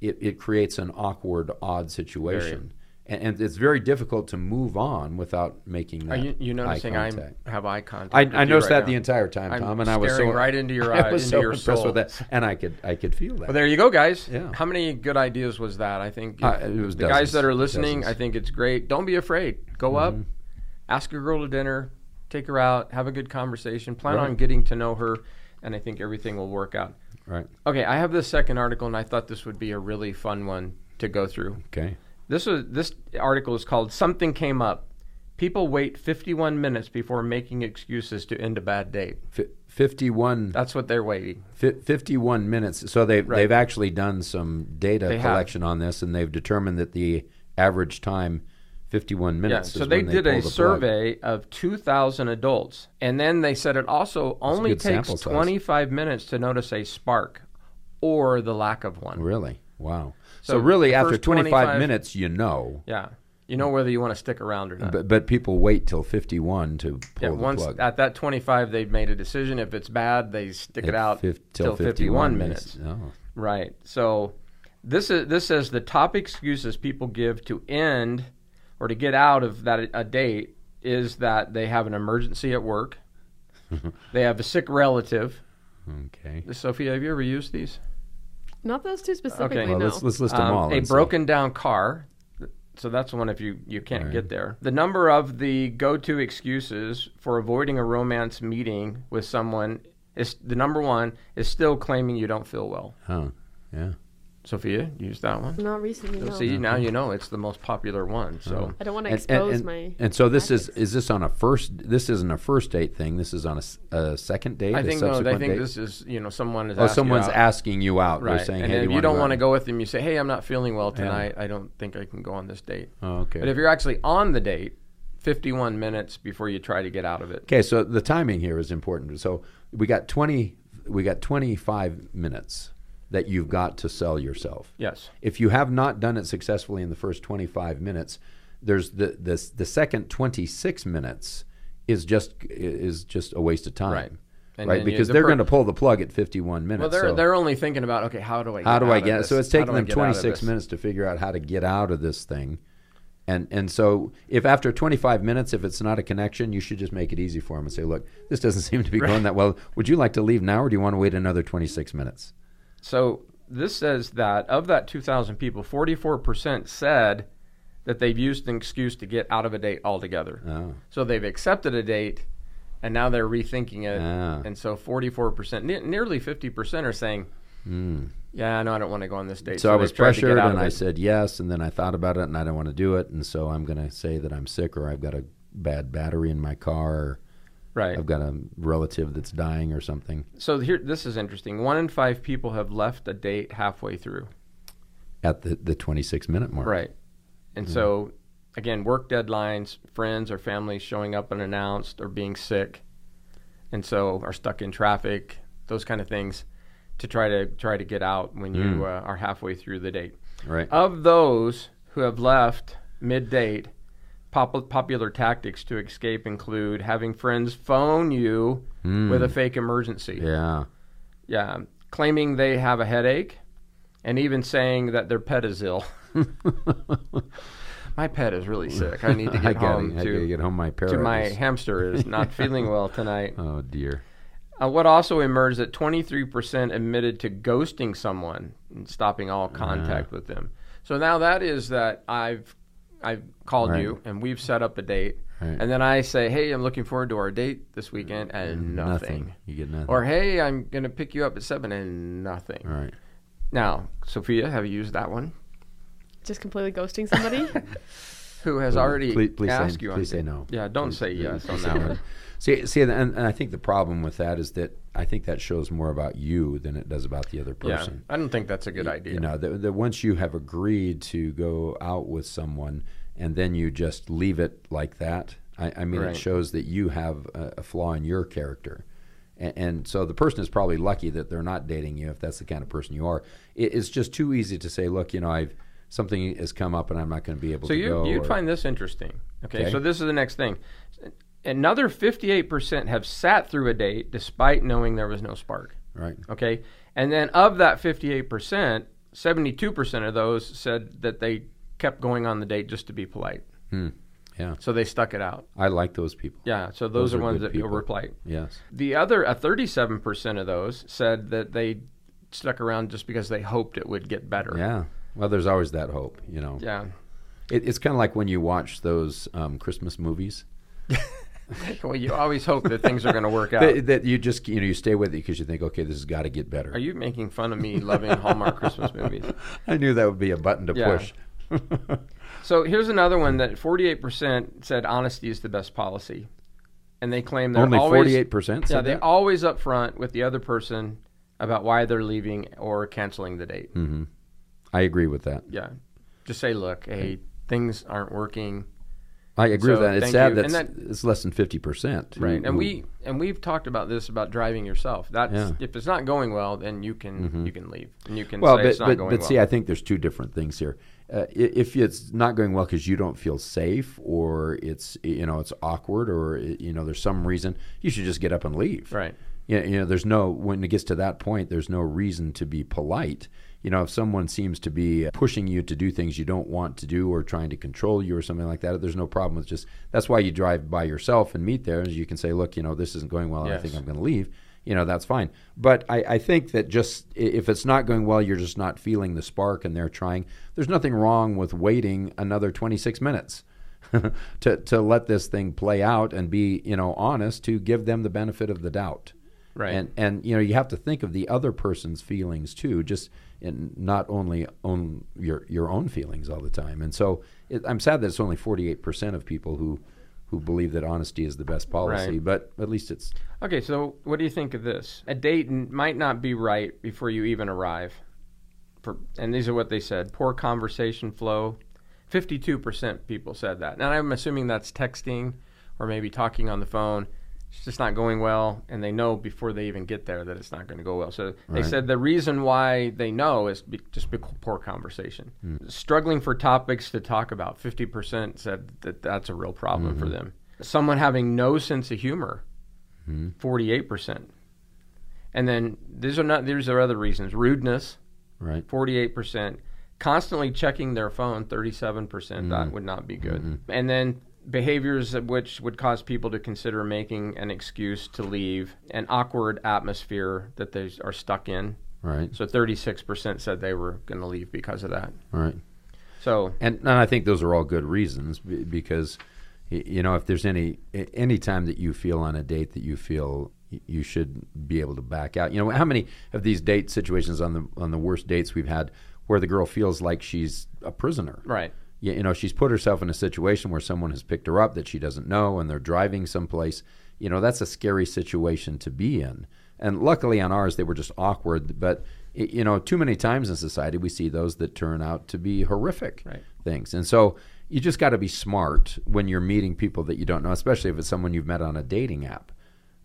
[SPEAKER 3] it, it creates an awkward, odd situation. and, and it's very difficult to move on without making
[SPEAKER 2] Are
[SPEAKER 3] that
[SPEAKER 2] you, you noticing
[SPEAKER 3] eye
[SPEAKER 2] I
[SPEAKER 3] contact.
[SPEAKER 2] have eye contact?
[SPEAKER 3] I,
[SPEAKER 2] with
[SPEAKER 3] I
[SPEAKER 2] you
[SPEAKER 3] noticed
[SPEAKER 2] right
[SPEAKER 3] that the
[SPEAKER 2] now?
[SPEAKER 3] entire time,
[SPEAKER 2] I'm
[SPEAKER 3] Tom, and I was
[SPEAKER 2] staring
[SPEAKER 3] so
[SPEAKER 2] right into your
[SPEAKER 3] I
[SPEAKER 2] eye-
[SPEAKER 3] was
[SPEAKER 2] into
[SPEAKER 3] so
[SPEAKER 2] your
[SPEAKER 3] impressed
[SPEAKER 2] soul.
[SPEAKER 3] with that, and I could I could feel that.
[SPEAKER 2] Well, there you go, guys.
[SPEAKER 3] Yeah.
[SPEAKER 2] How many good ideas was that? I think
[SPEAKER 3] Uh, it was
[SPEAKER 2] the
[SPEAKER 3] dozens,
[SPEAKER 2] guys that are listening.
[SPEAKER 3] dozens. Mm-hmm.
[SPEAKER 2] I think it's great. Don't be afraid. Go up, ask a girl to dinner, take her out, have a good conversation. Plan
[SPEAKER 3] Right.
[SPEAKER 2] on getting to know her, and I think everything will work out.
[SPEAKER 3] right?
[SPEAKER 2] Okay, I have this second article, and I thought this would be a really fun one to go through.
[SPEAKER 3] Okay.
[SPEAKER 2] This was this article is called "Something Came Up." People wait 51 minutes before making excuses to end a bad date.
[SPEAKER 3] F- 51,
[SPEAKER 2] That's what they're waiting.
[SPEAKER 3] fi 51 minutes. So they,
[SPEAKER 2] Right.
[SPEAKER 3] they've actually done some data
[SPEAKER 2] They have.
[SPEAKER 3] collection on this, and they've determined that the average time, 51
[SPEAKER 2] Yeah.
[SPEAKER 3] minutes.
[SPEAKER 2] So
[SPEAKER 3] is
[SPEAKER 2] they
[SPEAKER 3] when
[SPEAKER 2] did
[SPEAKER 3] pull
[SPEAKER 2] a
[SPEAKER 3] the plug.
[SPEAKER 2] survey of 2,000 adults, and then they said it also only
[SPEAKER 3] good
[SPEAKER 2] takes
[SPEAKER 3] sample size.
[SPEAKER 2] 25 minutes to notice a spark or the lack of one.
[SPEAKER 3] Really? Wow. So,
[SPEAKER 2] So
[SPEAKER 3] really,
[SPEAKER 2] the
[SPEAKER 3] after
[SPEAKER 2] first
[SPEAKER 3] 25,
[SPEAKER 2] 25
[SPEAKER 3] minutes, you know.
[SPEAKER 2] Yeah. You know whether you want to stick around or not.
[SPEAKER 3] But, but people wait till 51 to pull
[SPEAKER 2] yeah,
[SPEAKER 3] the
[SPEAKER 2] once
[SPEAKER 3] plug.
[SPEAKER 2] at that 25, they've made a decision. If it's bad, they stick it
[SPEAKER 3] At
[SPEAKER 2] out
[SPEAKER 3] fif-
[SPEAKER 2] till 51 minutes.
[SPEAKER 3] Oh.
[SPEAKER 2] Right. So this is this says the top excuses people give to end or to get out of that a date is that they have an emergency at work. they have a sick relative.
[SPEAKER 3] Oh, Okay.
[SPEAKER 2] Sophia, have you ever used these?
[SPEAKER 4] Not those two specifically.
[SPEAKER 2] Okay.
[SPEAKER 3] Well,
[SPEAKER 4] no.
[SPEAKER 3] let's, let's list them
[SPEAKER 2] Um,
[SPEAKER 3] all.
[SPEAKER 2] a
[SPEAKER 3] and see.
[SPEAKER 2] broken down car. So that's one if you you can't
[SPEAKER 3] Right.
[SPEAKER 2] get there. The number of the go-to excuses for avoiding a romance meeting with someone is the number one is still claiming you don't feel well.
[SPEAKER 3] Huh. Yeah.
[SPEAKER 2] Sophia, you use that one.
[SPEAKER 4] Not recently. No.
[SPEAKER 2] See, now you know it's the most popular one.
[SPEAKER 3] Oh.
[SPEAKER 2] So
[SPEAKER 4] I don't want to
[SPEAKER 3] And-
[SPEAKER 4] expose
[SPEAKER 3] and,
[SPEAKER 4] my.
[SPEAKER 3] and so this is is this on a first this isn't a first date thing this is on a, s- a second date
[SPEAKER 2] I
[SPEAKER 3] a
[SPEAKER 2] think no, I
[SPEAKER 3] subsequent
[SPEAKER 2] think
[SPEAKER 3] date?
[SPEAKER 2] this is you know someone is
[SPEAKER 3] oh
[SPEAKER 2] asking
[SPEAKER 3] someone's
[SPEAKER 2] out.
[SPEAKER 3] asking you out
[SPEAKER 2] right,
[SPEAKER 3] they're saying
[SPEAKER 2] and
[SPEAKER 3] hey
[SPEAKER 2] if
[SPEAKER 3] do
[SPEAKER 2] you don't want to
[SPEAKER 3] out?"
[SPEAKER 2] go with them, you say hey I'm not feeling well tonight I don't think I can go on this date.
[SPEAKER 3] oh, okay
[SPEAKER 2] But if you're actually on the date, 51 minutes before you try to get out of it.
[SPEAKER 3] okay so the timing here is important so we got 20 we got 25 minutes that you've got to sell yourself
[SPEAKER 2] Yes,
[SPEAKER 3] if you have not done it successfully in the first 25 minutes there's the the, the second 26 minutes is just is just a waste of time
[SPEAKER 2] Right. And
[SPEAKER 3] right
[SPEAKER 2] then you-
[SPEAKER 3] because
[SPEAKER 2] the
[SPEAKER 3] they're
[SPEAKER 2] per-
[SPEAKER 3] going to pull the plug at 51 minutes
[SPEAKER 2] well they're
[SPEAKER 3] so-
[SPEAKER 2] they're only thinking about okay how do I
[SPEAKER 3] how do
[SPEAKER 2] out
[SPEAKER 3] I
[SPEAKER 2] of
[SPEAKER 3] get?
[SPEAKER 2] this?
[SPEAKER 3] So it's
[SPEAKER 2] How do
[SPEAKER 3] taking
[SPEAKER 2] I
[SPEAKER 3] them
[SPEAKER 2] get out of
[SPEAKER 3] 26
[SPEAKER 2] this?
[SPEAKER 3] minutes to figure out how to get out of this thing, and and so if after 25 minutes, if it's not a connection, you should just make it easy for them and say, look, this doesn't seem to be going that well. Would you like to leave now, or do you want to wait another 26 minutes?
[SPEAKER 2] So this says that of that 2,000 people, 44% said that they've used an excuse to get out of a date altogether.
[SPEAKER 3] Oh.
[SPEAKER 2] So they've accepted a date, and now they're rethinking it.
[SPEAKER 3] Ah.
[SPEAKER 2] And so 44%, ne- nearly 50% are saying, "Yeah, no, I don't want to go on this date."
[SPEAKER 3] Hmm. So I
[SPEAKER 2] they've
[SPEAKER 3] was
[SPEAKER 2] tried to get
[SPEAKER 3] pressured,
[SPEAKER 2] out
[SPEAKER 3] and
[SPEAKER 2] of
[SPEAKER 3] I
[SPEAKER 2] it.
[SPEAKER 3] said yes, and then I thought about it, and I don't want to do it, and so I'm going to say that I'm sick, or I've got a bad battery in my car, or
[SPEAKER 2] "Right."
[SPEAKER 3] I've got a relative that's dying, or something.
[SPEAKER 2] So here, this is interesting. One in five people have left a date halfway through.
[SPEAKER 3] At the, the 26 minute mark,
[SPEAKER 2] Right. And
[SPEAKER 3] Hmm.
[SPEAKER 2] so, again, work deadlines, friends or family showing up unannounced or being sick, and so are stuck in traffic, those kind of things, to try to try to get out when
[SPEAKER 3] Hmm.
[SPEAKER 2] you uh, are halfway through the date.
[SPEAKER 3] Right.
[SPEAKER 2] Of those who have left mid date, pop- popular tactics to escape include having friends phone you with a fake emergency.
[SPEAKER 3] Hmm. Yeah.
[SPEAKER 2] Yeah, claiming they have a headache and even saying that their pet is ill. my pet is really sick. I need to
[SPEAKER 3] I
[SPEAKER 2] get
[SPEAKER 3] got
[SPEAKER 2] home
[SPEAKER 3] it. I gotta
[SPEAKER 2] to,
[SPEAKER 3] get home. My
[SPEAKER 2] to
[SPEAKER 3] parrot
[SPEAKER 2] my
[SPEAKER 3] is-
[SPEAKER 2] hamster is not feeling well tonight.
[SPEAKER 3] Oh dear.
[SPEAKER 2] Uh, what also emerged that 23% admitted to ghosting someone and stopping all contact with them. So now that is that I've I've called
[SPEAKER 3] Right.
[SPEAKER 2] you and we've set up a date.
[SPEAKER 3] Right.
[SPEAKER 2] And then I say, "Hey, I'm looking forward to our date this weekend," and nothing.
[SPEAKER 3] You get nothing.
[SPEAKER 2] Or hey, I'm gonna pick you up at seven and nothing.
[SPEAKER 3] All right.
[SPEAKER 2] Now, Sophia, have you used that one?
[SPEAKER 4] Just completely ghosting somebody.
[SPEAKER 2] Who has already
[SPEAKER 3] please, please
[SPEAKER 2] asked
[SPEAKER 3] say,
[SPEAKER 2] you? on
[SPEAKER 3] Please say
[SPEAKER 2] date.
[SPEAKER 3] no.
[SPEAKER 2] Yeah, don't
[SPEAKER 3] Please-
[SPEAKER 2] say
[SPEAKER 3] please-
[SPEAKER 2] yes on
[SPEAKER 3] please say
[SPEAKER 2] that
[SPEAKER 3] no.
[SPEAKER 2] one.
[SPEAKER 3] See, see, and, and I think the problem with that is that I think that shows more about you than it does about the other person.
[SPEAKER 2] Yeah, I don't think that's a good idea.
[SPEAKER 3] You know, that, that once you have agreed to go out with someone and then you just leave it like that, I, I mean,
[SPEAKER 2] Right.
[SPEAKER 3] it shows that you have a, a flaw in your character. And, and so the person is probably lucky that they're not dating you if that's the kind of person you are. It, it's just too easy to say, look, you know, I've something has come up and I'm not going to be able
[SPEAKER 2] so
[SPEAKER 3] to go.
[SPEAKER 2] you you'd
[SPEAKER 3] or-
[SPEAKER 2] find this interesting. Okay,
[SPEAKER 3] Okay.
[SPEAKER 2] so this is the next thing. Another 58% have sat through a date despite knowing there was no spark.
[SPEAKER 3] right.
[SPEAKER 2] Okay, and then of that 58%, 72% of those said that they kept going on the date just to be polite.
[SPEAKER 3] Hmm. Yeah.
[SPEAKER 2] So they stuck it out.
[SPEAKER 3] I like those people.
[SPEAKER 2] Yeah. So those,
[SPEAKER 3] Those
[SPEAKER 2] are,
[SPEAKER 3] are
[SPEAKER 2] ones
[SPEAKER 3] good
[SPEAKER 2] that people
[SPEAKER 3] people.
[SPEAKER 2] were polite.
[SPEAKER 3] Yes.
[SPEAKER 2] The other, uh, 37% of those said that they stuck around just because they hoped it would get better.
[SPEAKER 3] Yeah. Well, there's always that hope, you know.
[SPEAKER 2] Yeah.
[SPEAKER 3] It, it's kind of like when you watch those um, Christmas movies
[SPEAKER 2] Well, you always hope that things are going to work out.
[SPEAKER 3] that, that you just you know you stay with it because you think, okay, this has got to get better.
[SPEAKER 2] Are you making fun of me loving Hallmark Christmas movies?
[SPEAKER 3] I knew that would be a button to
[SPEAKER 2] Yeah.
[SPEAKER 3] push.
[SPEAKER 2] So here's another one that 48% said honesty is the best policy. And they claim they're
[SPEAKER 3] Only
[SPEAKER 2] always,
[SPEAKER 3] forty-eight percent.
[SPEAKER 2] Yeah, they always upfront with the other person about why they're leaving or canceling the date.
[SPEAKER 3] hmm I agree with that.
[SPEAKER 2] Yeah. Just say, look, hey, things aren't working.
[SPEAKER 3] I agree
[SPEAKER 2] So,
[SPEAKER 3] with that. It's
[SPEAKER 2] thank
[SPEAKER 3] sad
[SPEAKER 2] you.
[SPEAKER 3] that's
[SPEAKER 2] And
[SPEAKER 3] it's less than fifty percent. Mm.
[SPEAKER 2] Right. And we and we've talked about this about driving yourself. That's
[SPEAKER 3] Yeah. Mm-hmm.
[SPEAKER 2] if it's not going well, then you can you can leave. And you can
[SPEAKER 3] well,
[SPEAKER 2] say
[SPEAKER 3] but
[SPEAKER 2] it's not
[SPEAKER 3] but,
[SPEAKER 2] going
[SPEAKER 3] but
[SPEAKER 2] well.
[SPEAKER 3] see, I think there's two different things here. Uh, i- if it's not going well because you don't feel safe, or it's you know it's awkward, or you know there's some reason, you should just get up and leave.
[SPEAKER 2] Right.
[SPEAKER 3] Yeah, you know, there's no when it gets to that point, there's no reason to be polite. You know, if someone seems to be pushing you to do things you don't want to do or trying to control you or something like that, there's no problem with just that's why you drive by yourself and meet there. Is you can say, look, you know, this isn't going well. I
[SPEAKER 2] Yes.
[SPEAKER 3] think I'm going to leave. You know, that's fine. But I, I think that just i- if it's not going well, you're just not feeling the spark and they're trying. There's nothing wrong with waiting another 26 minutes. to, to let this thing play out and be you know honest to give them the benefit of the doubt
[SPEAKER 2] Right.
[SPEAKER 3] and and you know you have to think of the other person's feelings too just in not only own your your own feelings all the time and so it, i'm sad that it's only 48% of people who who believe that honesty is the best policy
[SPEAKER 2] Right.
[SPEAKER 3] but at least it's
[SPEAKER 2] Okay, so what do you think of this? A date n- might not be right before you even arrive. For, and these are what they said poor conversation flow. 52% people said that. And I'm assuming that's texting or maybe talking on the phone. It's just not going well. And they know before they even get there that it's not going to go well. So they
[SPEAKER 3] Right.
[SPEAKER 2] said the reason why they know is be, just be, poor conversation. Struggling for topics to talk about. 50% said that that's a real problem for them. Someone having no sense of humor. 48 percent. And then these are not these are other reasons: rudeness,
[SPEAKER 3] right
[SPEAKER 2] 48 percent, constantly checking their phone, 37 percent. That would not be good. And then behaviors of which would cause people to consider making an excuse to leave, an awkward atmosphere that they are stuck in.
[SPEAKER 3] right
[SPEAKER 2] So 36 percent said they were going to leave because of that.
[SPEAKER 3] right
[SPEAKER 2] So
[SPEAKER 3] and, and I think those are all good reasons be- because y- you know if there's any a- any time that you feel on a date that you feel y- you should be able to back out. You know how many of these date situations on the on the worst dates we've had where the girl feels like she's a prisoner.
[SPEAKER 2] right,
[SPEAKER 3] You, you know she's put herself in a situation where someone has picked her up that she doesn't know and they're driving someplace. You know that's a scary situation to be in. And luckily on ours they were just awkward, but y- you know too many times in society we see those that turn out to be horrific
[SPEAKER 2] Right.
[SPEAKER 3] things. And so you just got to be smart when you're meeting people that you don't know, especially if it's someone you've met on a dating app.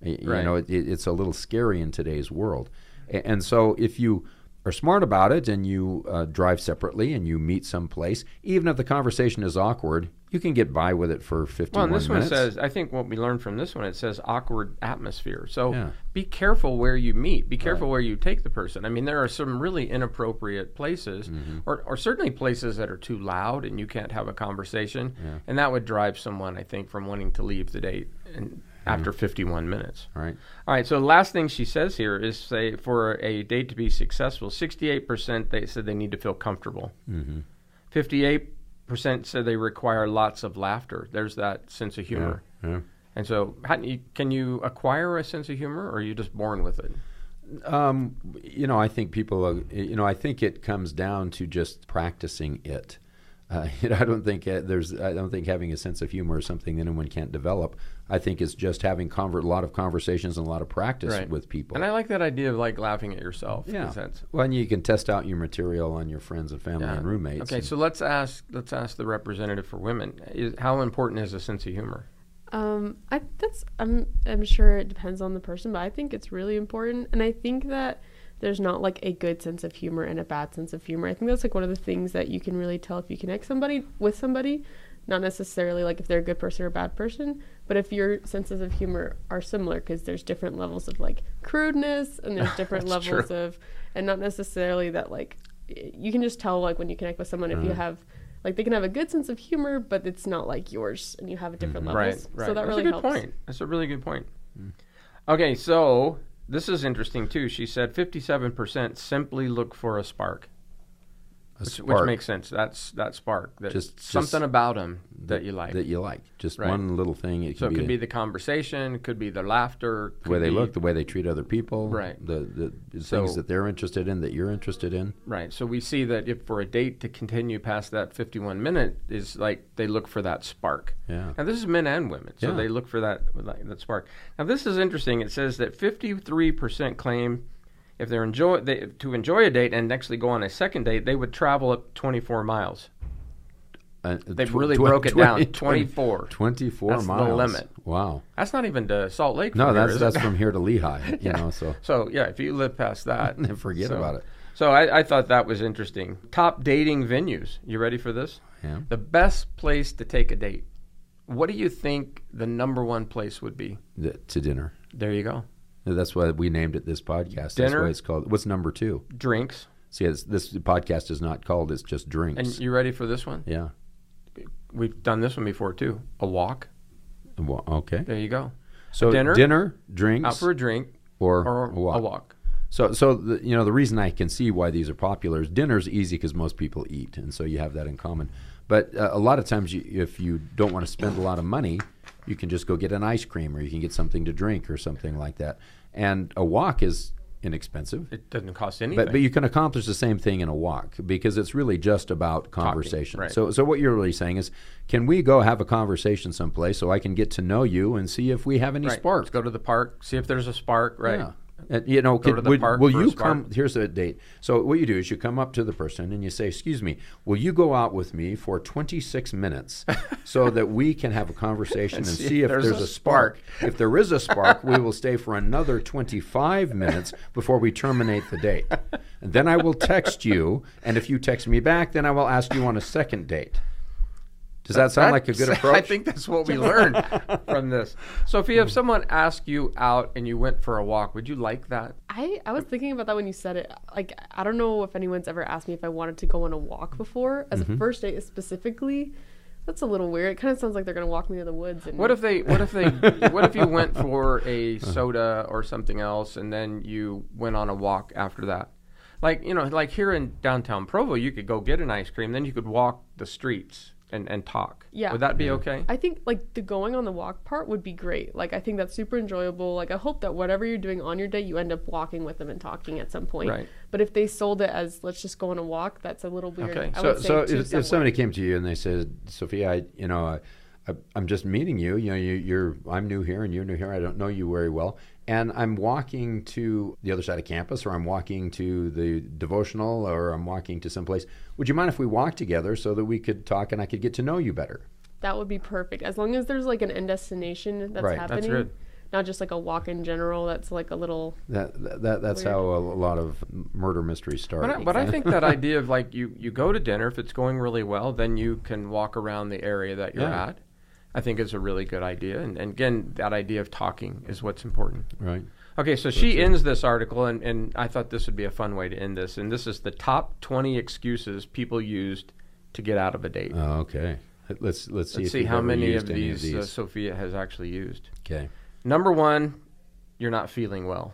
[SPEAKER 3] Y- You
[SPEAKER 2] Right.
[SPEAKER 3] know, it, it- it's a little scary in today's world. A- And so if you are smart about it and you uh, drive separately and you meet someplace, even if the conversation is awkward, you can get by with it for 51
[SPEAKER 2] Well, and this
[SPEAKER 3] minutes.
[SPEAKER 2] one says, I think what we learned from this one, it says awkward atmosphere. So
[SPEAKER 3] Yeah.
[SPEAKER 2] be careful where you meet. Be careful where you take the person. I mean, there are some really inappropriate places,
[SPEAKER 3] Mm-hmm.
[SPEAKER 2] or, or certainly places that are too loud and you can't have a conversation. And that would drive someone, I think, from wanting to leave the date and
[SPEAKER 3] Mm-hmm.
[SPEAKER 2] after 51 minutes.
[SPEAKER 3] right?
[SPEAKER 2] All right. So the last thing she says here is say for a date to be successful, sixty-eight percent they said they need to feel comfortable.
[SPEAKER 3] Mm-hmm.
[SPEAKER 2] Fifty-eight percent said they require lots of laughter. There's that sense of humor.
[SPEAKER 3] yeah.
[SPEAKER 2] And so, how, do you- can you acquire a sense of humor, or are you just born with it?
[SPEAKER 3] Um, you know, I think people, uh, you know, I think it comes down to just practicing it. Uh, you know, I don't think uh, there's, I don't think having a sense of humor is something that anyone can't develop. I think it's just having conver- a lot of conversations and a lot of practice
[SPEAKER 2] Right.
[SPEAKER 3] with people.
[SPEAKER 2] And I like that idea of like laughing at yourself. 'cause
[SPEAKER 3] yeah.
[SPEAKER 2] that's-
[SPEAKER 3] well, and you can test out your material on your friends and family
[SPEAKER 2] yeah.
[SPEAKER 3] and roommates.
[SPEAKER 2] Okay, so let's ask let's ask the representative for women. Is, how important is a sense of humor?
[SPEAKER 4] Um, I that's I'm I'm sure it depends on the person, but I think it's really important, and I think that there's not like a good sense of humor and a bad sense of humor. I think that's like one of the things that you can really tell if you connect somebody with somebody, not necessarily like if they're a good person or a bad person, but if your senses of humor are similar, because there's different levels of like crudeness and there's different
[SPEAKER 2] That's
[SPEAKER 4] levels of, and not necessarily that like y- you can just tell like when you connect with someone if you have like they can have a good sense of humor, but it's not like yours, and you have a different
[SPEAKER 3] Mhm.
[SPEAKER 2] Right,
[SPEAKER 4] levels.
[SPEAKER 2] right.
[SPEAKER 4] So that
[SPEAKER 2] That's
[SPEAKER 4] really
[SPEAKER 2] a good
[SPEAKER 4] helps.
[SPEAKER 2] point. That's a really good point.
[SPEAKER 3] Hmm.
[SPEAKER 2] Okay, so this is interesting too. She said 57% simply look for a spark,
[SPEAKER 3] A
[SPEAKER 2] which,
[SPEAKER 3] spark
[SPEAKER 2] which makes sense. That's that spark. That
[SPEAKER 3] Just-
[SPEAKER 2] something
[SPEAKER 3] just
[SPEAKER 2] about them that you like.
[SPEAKER 3] that you like. Just
[SPEAKER 2] Right.
[SPEAKER 3] one little thing. It
[SPEAKER 2] so it
[SPEAKER 3] could
[SPEAKER 2] could
[SPEAKER 3] be
[SPEAKER 2] be the conversation, could be the laughter,
[SPEAKER 3] the way
[SPEAKER 2] could
[SPEAKER 3] they
[SPEAKER 2] be-
[SPEAKER 3] look, the way they treat other people,
[SPEAKER 2] Right.
[SPEAKER 3] The the
[SPEAKER 2] So-
[SPEAKER 3] things that they're interested in, that you're interested in.
[SPEAKER 2] Right. So we see that if for a date to continue past that 51 minute is like they look for that spark.
[SPEAKER 3] Yeah.
[SPEAKER 2] And this is men and women, so
[SPEAKER 3] Yeah.
[SPEAKER 2] they look for that like, that spark. Now this is interesting. It says that 53% claim if they're enjoy they, to enjoy a date and actually go on a second date, they would travel up 24 miles.
[SPEAKER 3] Uh,
[SPEAKER 2] They
[SPEAKER 3] tw-
[SPEAKER 2] really
[SPEAKER 3] tw-
[SPEAKER 2] broke it down.
[SPEAKER 3] 20
[SPEAKER 2] 24.
[SPEAKER 3] 24
[SPEAKER 2] That's the
[SPEAKER 3] miles.
[SPEAKER 2] limit.
[SPEAKER 3] Wow.
[SPEAKER 2] That's not even to Salt Lake.
[SPEAKER 3] No,
[SPEAKER 2] from here,
[SPEAKER 3] that's
[SPEAKER 2] is
[SPEAKER 3] that's
[SPEAKER 2] it?
[SPEAKER 3] from here to Lehigh. You know, so
[SPEAKER 2] So yeah, if you live past that,
[SPEAKER 3] Then forget
[SPEAKER 2] so-
[SPEAKER 3] about it.
[SPEAKER 2] So I, I thought that was interesting. Top dating venues. You ready for this?
[SPEAKER 3] yeah.
[SPEAKER 2] The best place to take a date. What do you think the number one place would be?
[SPEAKER 3] Th- to dinner.
[SPEAKER 2] There you go.
[SPEAKER 3] That's why we named it this podcast. That's
[SPEAKER 2] Dinner?
[SPEAKER 3] why it's called. What's number two?
[SPEAKER 2] Drinks.
[SPEAKER 3] See, it's, this podcast is not called. It's just drinks.
[SPEAKER 2] And you ready for this one?
[SPEAKER 3] yeah.
[SPEAKER 2] We've done this one before too. A walk.
[SPEAKER 3] Well, okay.
[SPEAKER 2] There you go.
[SPEAKER 3] So
[SPEAKER 2] dinner?
[SPEAKER 3] dinner, drinks,
[SPEAKER 2] Out for a drink
[SPEAKER 3] or,
[SPEAKER 2] or
[SPEAKER 3] a walk.
[SPEAKER 2] a walk.
[SPEAKER 3] So, so the, you know the reason I can see why these are popular is dinner's easy because most people eat, and so you have that in common. But uh, a lot of times, you, if you don't want to spend a lot of money, you can just go get an ice cream, or you can get something to drink, or something like that. And a walk is inexpensive,
[SPEAKER 2] It doesn't cost anything.
[SPEAKER 3] but but you can accomplish the same thing in a walk because it's really just about conversation.
[SPEAKER 2] right.
[SPEAKER 3] So so what you're really saying is, can we go have a conversation someplace so I can get to know you and see if we have any
[SPEAKER 2] Right.
[SPEAKER 3] spark?
[SPEAKER 2] Let's go to the park. See if there's a spark. Right.
[SPEAKER 3] Yeah. And, you know,
[SPEAKER 2] Go
[SPEAKER 3] could-
[SPEAKER 2] to the
[SPEAKER 3] would-
[SPEAKER 2] park
[SPEAKER 3] will
[SPEAKER 2] for a
[SPEAKER 3] you
[SPEAKER 2] spark.
[SPEAKER 3] come? Here's a date. So what you do is you come up to the person and you say, "Excuse me, will you go out with me for 26 minutes so that we can have a conversation and, see, if there's, a spark? if there is a spark, we will stay for another 25 minutes before we terminate the date. And then I will text you, and if you text me back, then I will ask you on a second date. Does that sound like a good
[SPEAKER 2] That's-
[SPEAKER 3] approach? Hmm.
[SPEAKER 2] I think that's what we learned from this. So if you have someone ask you out and you went for a walk, would you like that?
[SPEAKER 4] I, I was thinking about that when you said it. Like, I don't know if anyone's ever asked me if I wanted to go on a walk before, as
[SPEAKER 2] Mm-hmm.
[SPEAKER 4] a first date specifically. That's a little weird. It kind of sounds like they're going to walk me to the woods. And
[SPEAKER 2] What if they? What if they? what if you went for a soda or something else, and then you went on a walk after that? Like you know, like here in downtown Provo, you could go get an ice cream, then you could walk the streets and and talk.
[SPEAKER 4] Yeah.
[SPEAKER 2] would that be okay?
[SPEAKER 4] I think like the going on the walk part would be great. Like I think that's super enjoyable. Like I hope that whatever you're doing on your day, you end up walking with them and talking at some point.
[SPEAKER 2] Right.
[SPEAKER 4] But if they sold it as let's just go on a walk, that's a little weird.
[SPEAKER 2] Okay.
[SPEAKER 4] I
[SPEAKER 3] so,
[SPEAKER 4] would say
[SPEAKER 3] so
[SPEAKER 4] to
[SPEAKER 3] if,
[SPEAKER 4] someone.
[SPEAKER 3] if somebody came to you and they said, Sophia, I, you know, I, I, I'm just meeting you. You know, you, you're, I'm new here and you're new here. I don't know you very well. And I'm walking to the other side of campus, or I'm walking to the devotional, or I'm walking to someplace. Would you mind if we walked together so that we could talk and I could get to know you better?
[SPEAKER 4] that would be perfect as long as there's like an end destination that's
[SPEAKER 3] Right. That's
[SPEAKER 4] happening.
[SPEAKER 2] good.
[SPEAKER 4] Not just like a walk in general. That's like a little
[SPEAKER 3] That, that, that that's
[SPEAKER 4] Weird.
[SPEAKER 3] how a, lot of murder mysteries start.
[SPEAKER 2] But I, but I think that idea of like you you go to dinner if it's going really well, then you can walk around the area that you're
[SPEAKER 3] Yeah.
[SPEAKER 2] at. I think is a really good idea, and, and again, that idea of talking is what's important.
[SPEAKER 3] right.
[SPEAKER 2] Okay, so she ends this article, and, and I thought this would be a fun way to end this. And this is the top 20 excuses people used to get out of a date.
[SPEAKER 3] Oh, okay. Let's let's
[SPEAKER 2] Let's
[SPEAKER 3] see. if
[SPEAKER 2] see
[SPEAKER 3] you've
[SPEAKER 2] how
[SPEAKER 3] ever
[SPEAKER 2] many of
[SPEAKER 3] used any
[SPEAKER 2] these, Uh, Sophia has actually used.
[SPEAKER 3] okay.
[SPEAKER 2] Number one, you're not feeling well,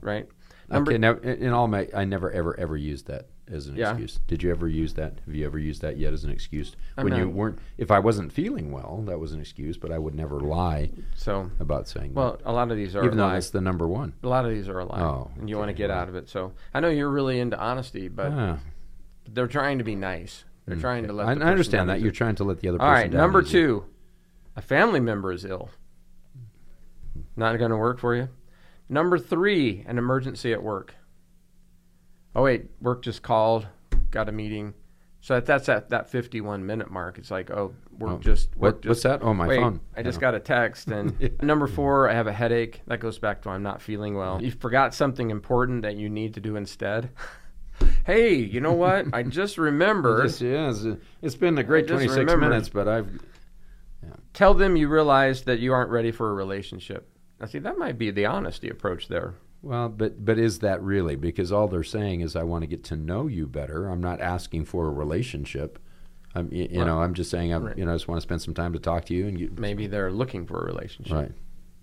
[SPEAKER 2] right? Number
[SPEAKER 3] okay, now in in all my, I never ever ever used that as an
[SPEAKER 2] Yeah.
[SPEAKER 3] excuse. Did you ever use that? Have you ever used that yet as an excuse?
[SPEAKER 2] I
[SPEAKER 3] when you
[SPEAKER 2] mean-
[SPEAKER 3] weren't, if I wasn't feeling well, that was an excuse. But I would never lie
[SPEAKER 2] so
[SPEAKER 3] about saying
[SPEAKER 2] well, a lot of these
[SPEAKER 3] that,
[SPEAKER 2] are
[SPEAKER 3] even though
[SPEAKER 2] lies.
[SPEAKER 3] that's the number one.
[SPEAKER 2] A lot of these are a lie,
[SPEAKER 3] Oh,
[SPEAKER 2] and you want to
[SPEAKER 3] okay,
[SPEAKER 2] get
[SPEAKER 3] well.
[SPEAKER 2] out of it. So I know you're really into honesty, but
[SPEAKER 3] Ah,
[SPEAKER 2] they're trying to be nice. They're trying to let.
[SPEAKER 3] Hmm, I,
[SPEAKER 2] the
[SPEAKER 3] I
[SPEAKER 2] person
[SPEAKER 3] understand
[SPEAKER 2] down
[SPEAKER 3] that
[SPEAKER 2] easy.
[SPEAKER 3] you're trying to let the other
[SPEAKER 2] All
[SPEAKER 3] person
[SPEAKER 2] right,
[SPEAKER 3] down
[SPEAKER 2] number
[SPEAKER 3] easy.
[SPEAKER 2] two, a family member is ill. Not going to work for you. Number three, an emergency at work. Oh wait, work just called, got a meeting. So that, that's at that 51 minute mark. It's like, oh, work
[SPEAKER 3] Oh,
[SPEAKER 2] just work
[SPEAKER 3] What,
[SPEAKER 2] just,
[SPEAKER 3] what's that? Oh, my
[SPEAKER 2] wait,
[SPEAKER 3] phone.
[SPEAKER 2] I just got a text. And number four, I have a headache. That goes back to I'm not feeling well. You forgot something important that you need to do instead. hey, you know what? I just remembered.
[SPEAKER 3] Yes, yeah, it's, it's been a great
[SPEAKER 2] just
[SPEAKER 3] 26
[SPEAKER 2] remembered.
[SPEAKER 3] minutes, but I've
[SPEAKER 2] Tell them you realize that you aren't ready for a relationship. Now, see, that might be the honesty approach there.
[SPEAKER 3] Well, but but is that really? Because all they're saying is I want to get to know you better. I'm not asking for a relationship. I'm, you, you
[SPEAKER 2] Right.
[SPEAKER 3] know, I'm just saying, I'm,
[SPEAKER 2] Right.
[SPEAKER 3] you know, I just want to spend some time to talk to you and you,
[SPEAKER 2] Maybe they're looking for a relationship.
[SPEAKER 3] right.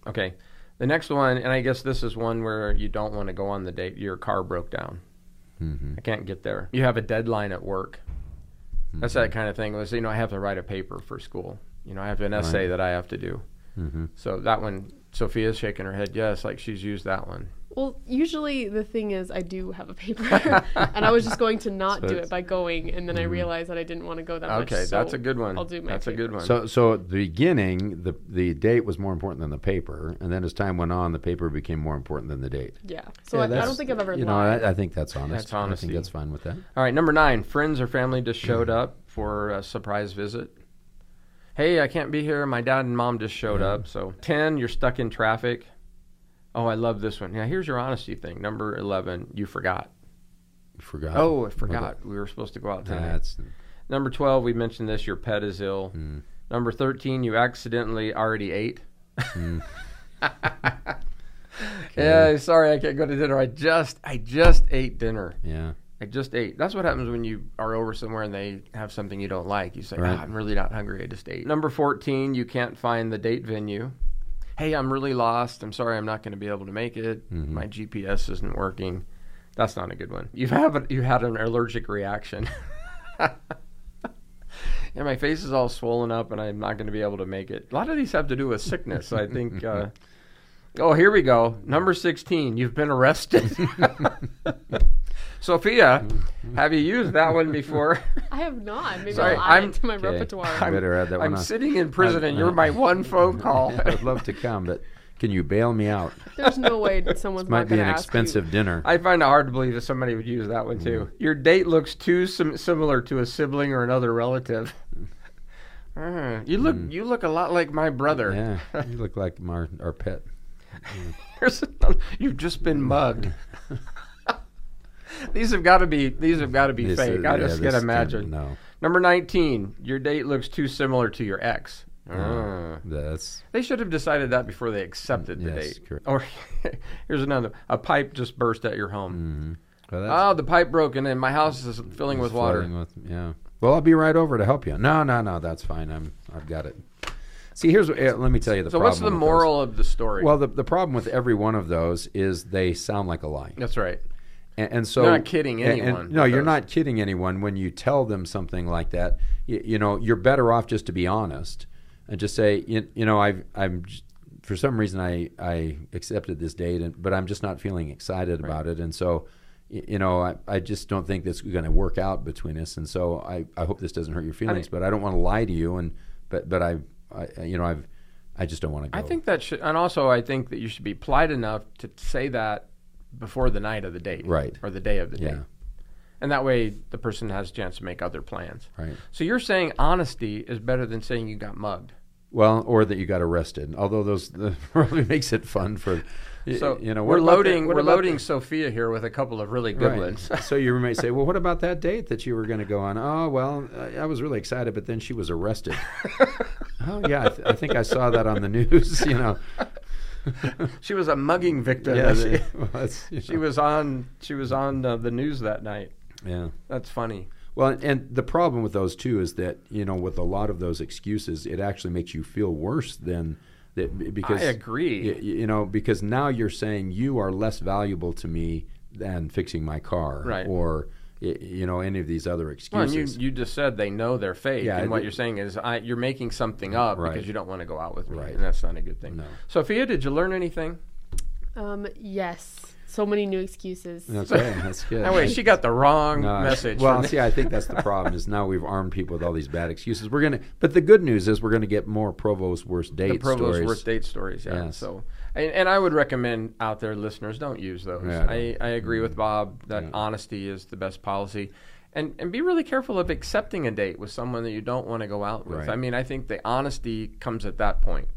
[SPEAKER 2] Okay. The next one, and I guess this is one where you don't want to go on the date. Your car broke down.
[SPEAKER 3] Mm-hmm.
[SPEAKER 2] I can't get there. You have a deadline at work. That's that kind of thing. Was you know I have to write a paper for school. You know I have an essay that I have to do.
[SPEAKER 3] Mm-hmm.
[SPEAKER 2] So that one, Sophia's shaking her head yes, like she's used that one.
[SPEAKER 4] Well, usually the thing is I do have a paper, and I was just going to not
[SPEAKER 3] So
[SPEAKER 4] do
[SPEAKER 3] it's- Mm-hmm.
[SPEAKER 4] it by going, and then I realized that I didn't want to go that much.
[SPEAKER 2] Okay,
[SPEAKER 4] so
[SPEAKER 2] that's a good one.
[SPEAKER 4] I'll do my
[SPEAKER 2] That's a
[SPEAKER 4] paper.
[SPEAKER 2] good one.
[SPEAKER 3] So, so at the beginning, the the date was more important than the paper, and then as time went on, the paper became more important than the date.
[SPEAKER 4] Yeah. So
[SPEAKER 3] Yeah,
[SPEAKER 4] I, I
[SPEAKER 3] that's-
[SPEAKER 4] don't think I've ever
[SPEAKER 3] You know,
[SPEAKER 4] lied.
[SPEAKER 3] I, I think that's honest.
[SPEAKER 2] That's
[SPEAKER 3] I
[SPEAKER 2] honesty.
[SPEAKER 3] think that's fine with that.
[SPEAKER 2] All right, number nine. Friends or family just showed up for a surprise visit. Hey, I can't be here. My dad and mom just showed up. So ten, you're stuck in traffic. Oh, I love this one. Yeah, here's your honesty thing. Number eleven, you forgot.
[SPEAKER 3] You forgot.
[SPEAKER 2] Oh, I forgot. We were supposed to go out tonight.
[SPEAKER 3] that's
[SPEAKER 2] Number 12, we mentioned this, your pet is ill. Number 13, you accidentally already ate. Hmm. Yeah, sorry, I can't go to dinner. I just I just ate dinner.
[SPEAKER 3] yeah.
[SPEAKER 2] I just ate. That's what happens when you are over somewhere and they have something you don't like. You say,
[SPEAKER 3] Right.
[SPEAKER 2] "Ah, I'm really not hungry. I just ate. Number 14, you can't find the date venue. Hey, I'm really lost. I'm sorry I'm not going to be able to make it. My GPS isn't working. That's not a good one. You've have you had an allergic reaction. Yeah, my face is all swollen up, and I'm not going to be able to make it. A lot of these have to do with sickness. I think. Uh, oh, here we go. Number sixteen. You've been arrested. Sophia, have you used that one before?
[SPEAKER 4] I have not. Maybe
[SPEAKER 2] Sorry,
[SPEAKER 4] I'll add
[SPEAKER 2] I'm-
[SPEAKER 4] it to my
[SPEAKER 3] Okay.
[SPEAKER 4] repertoire.
[SPEAKER 3] I better add that
[SPEAKER 2] I'm
[SPEAKER 3] one on.
[SPEAKER 2] sitting in prison, and you're my one phone call.
[SPEAKER 3] I'd love to come, but can you bail me out?
[SPEAKER 4] There's no way that someone's
[SPEAKER 3] Might
[SPEAKER 4] not
[SPEAKER 3] be
[SPEAKER 4] going
[SPEAKER 3] an
[SPEAKER 4] to ask
[SPEAKER 3] expensive dinner.
[SPEAKER 2] I find it hard to believe that somebody would use that one too.
[SPEAKER 3] Mm.
[SPEAKER 2] Your date looks too sim- similar to a sibling or another relative. Uh, you look you look a lot like my brother.
[SPEAKER 3] Mm. yeah, you look like our, our pet.
[SPEAKER 2] There's another- You've just been
[SPEAKER 3] Mm.
[SPEAKER 2] mugged. these have got to be these have got to be
[SPEAKER 3] This
[SPEAKER 2] fake.
[SPEAKER 3] is-
[SPEAKER 2] I
[SPEAKER 3] yeah,
[SPEAKER 2] just
[SPEAKER 3] this
[SPEAKER 2] can't
[SPEAKER 3] can't-
[SPEAKER 2] imagine.
[SPEAKER 3] No,
[SPEAKER 2] Number nineteen, your date looks too similar to your ex. Uh,
[SPEAKER 3] that's
[SPEAKER 2] They should have decided that before they accepted the
[SPEAKER 3] Yes,
[SPEAKER 2] date.
[SPEAKER 3] correct.
[SPEAKER 2] Or here's another: a pipe just burst at your home.
[SPEAKER 3] well, Mm, that's
[SPEAKER 2] Oh, the pipe broke, and then my house is filling with water.
[SPEAKER 3] flirting with- yeah. Well, I'll be right over to help you. No, no, no, that's fine. I'm I've got it. See, here's what, eh, let me tell you the
[SPEAKER 2] So,
[SPEAKER 3] problem.
[SPEAKER 2] what's the
[SPEAKER 3] with those.
[SPEAKER 2] moral of the story?
[SPEAKER 3] Well, the, the problem with every one of those is they sound like a lie.
[SPEAKER 2] that's right.
[SPEAKER 3] And, and so
[SPEAKER 2] You're not kidding
[SPEAKER 3] and- and-
[SPEAKER 2] anyone
[SPEAKER 3] no,
[SPEAKER 2] with
[SPEAKER 3] you're
[SPEAKER 2] those.
[SPEAKER 3] not kidding anyone when you tell them something like that. You, you know, you're better off just to be honest and just say, you, you know, I've, I'm j- for some reason I, I accepted this date, and, but I'm just not feeling excited about it, and so. y- You know, I, I just don't think this is going to work out between us, and so I, I hope this doesn't hurt your feelings. but I don't want to lie to you, and but but I, I you know I've I just don't want to go.
[SPEAKER 2] I think that should, and also I think that you should be polite enough to say that before the night of the date,
[SPEAKER 3] Right.
[SPEAKER 2] or the day of the
[SPEAKER 3] Yeah.
[SPEAKER 2] date, and that way the person has a chance to make other plans.
[SPEAKER 3] right.
[SPEAKER 2] So you're saying honesty is better than saying you got mugged.
[SPEAKER 3] Well, or that you got arrested. Although those the, probably makes it fun for y-
[SPEAKER 2] So
[SPEAKER 3] you know what
[SPEAKER 2] we're
[SPEAKER 3] about that-
[SPEAKER 2] loading
[SPEAKER 3] what
[SPEAKER 2] we're
[SPEAKER 3] about
[SPEAKER 2] loading Sophia here with a couple of really
[SPEAKER 3] that-
[SPEAKER 2] good
[SPEAKER 3] right.
[SPEAKER 2] ones.
[SPEAKER 3] so your roommate say, "Well, what about that date that you were going to go on?" Oh, well, I, I was really excited, but then she was arrested. oh yeah, I, th- I think I saw that on the news. You know,
[SPEAKER 2] She was a mugging victim.
[SPEAKER 3] yeah,
[SPEAKER 2] she,
[SPEAKER 3] they- well, that's, you
[SPEAKER 2] she
[SPEAKER 3] know,
[SPEAKER 2] was on she was on uh, the news that night.
[SPEAKER 3] yeah.
[SPEAKER 2] That's funny.
[SPEAKER 3] Well, and- and the problem with those too is that you know, with a lot of those excuses, it actually makes you feel worse than that b- because
[SPEAKER 2] I agree.
[SPEAKER 3] Y- y- You, know, because now you're saying you are less valuable to me than fixing my car,
[SPEAKER 2] Right.
[SPEAKER 3] Or y- you know, any of these other excuses.
[SPEAKER 2] Well, and you you just said they know they're fake,
[SPEAKER 3] Yeah,
[SPEAKER 2] and what
[SPEAKER 3] it-
[SPEAKER 2] you're saying is I, you're making something up
[SPEAKER 3] Right.
[SPEAKER 2] because you don't want to go out with me,
[SPEAKER 3] Right.
[SPEAKER 2] and that's not a good thing.
[SPEAKER 3] No.
[SPEAKER 2] Sophia, did you learn anything?
[SPEAKER 4] you. Um, yes. So many new excuses.
[SPEAKER 3] okay, that's good.
[SPEAKER 2] No, Oh, wait, she got the wrong
[SPEAKER 3] No,
[SPEAKER 2] message.
[SPEAKER 3] Well,
[SPEAKER 2] from-
[SPEAKER 3] see, I think that's the problem is now we've armed people with all these bad excuses. We're gonna, but the good news is we're gonna get more Provo's worst date
[SPEAKER 2] the Provo's
[SPEAKER 3] stories.
[SPEAKER 2] worst date stories. Yeah.
[SPEAKER 3] Yes.
[SPEAKER 2] So, and, and I would recommend out there listeners don't use those.
[SPEAKER 3] Yeah, Mm-hmm.
[SPEAKER 2] I, I agree with Bob that honesty is the best policy, and and be really careful of accepting a date with someone that you don't want to go out with.
[SPEAKER 3] Right.
[SPEAKER 2] I mean, I think the honesty comes at that point.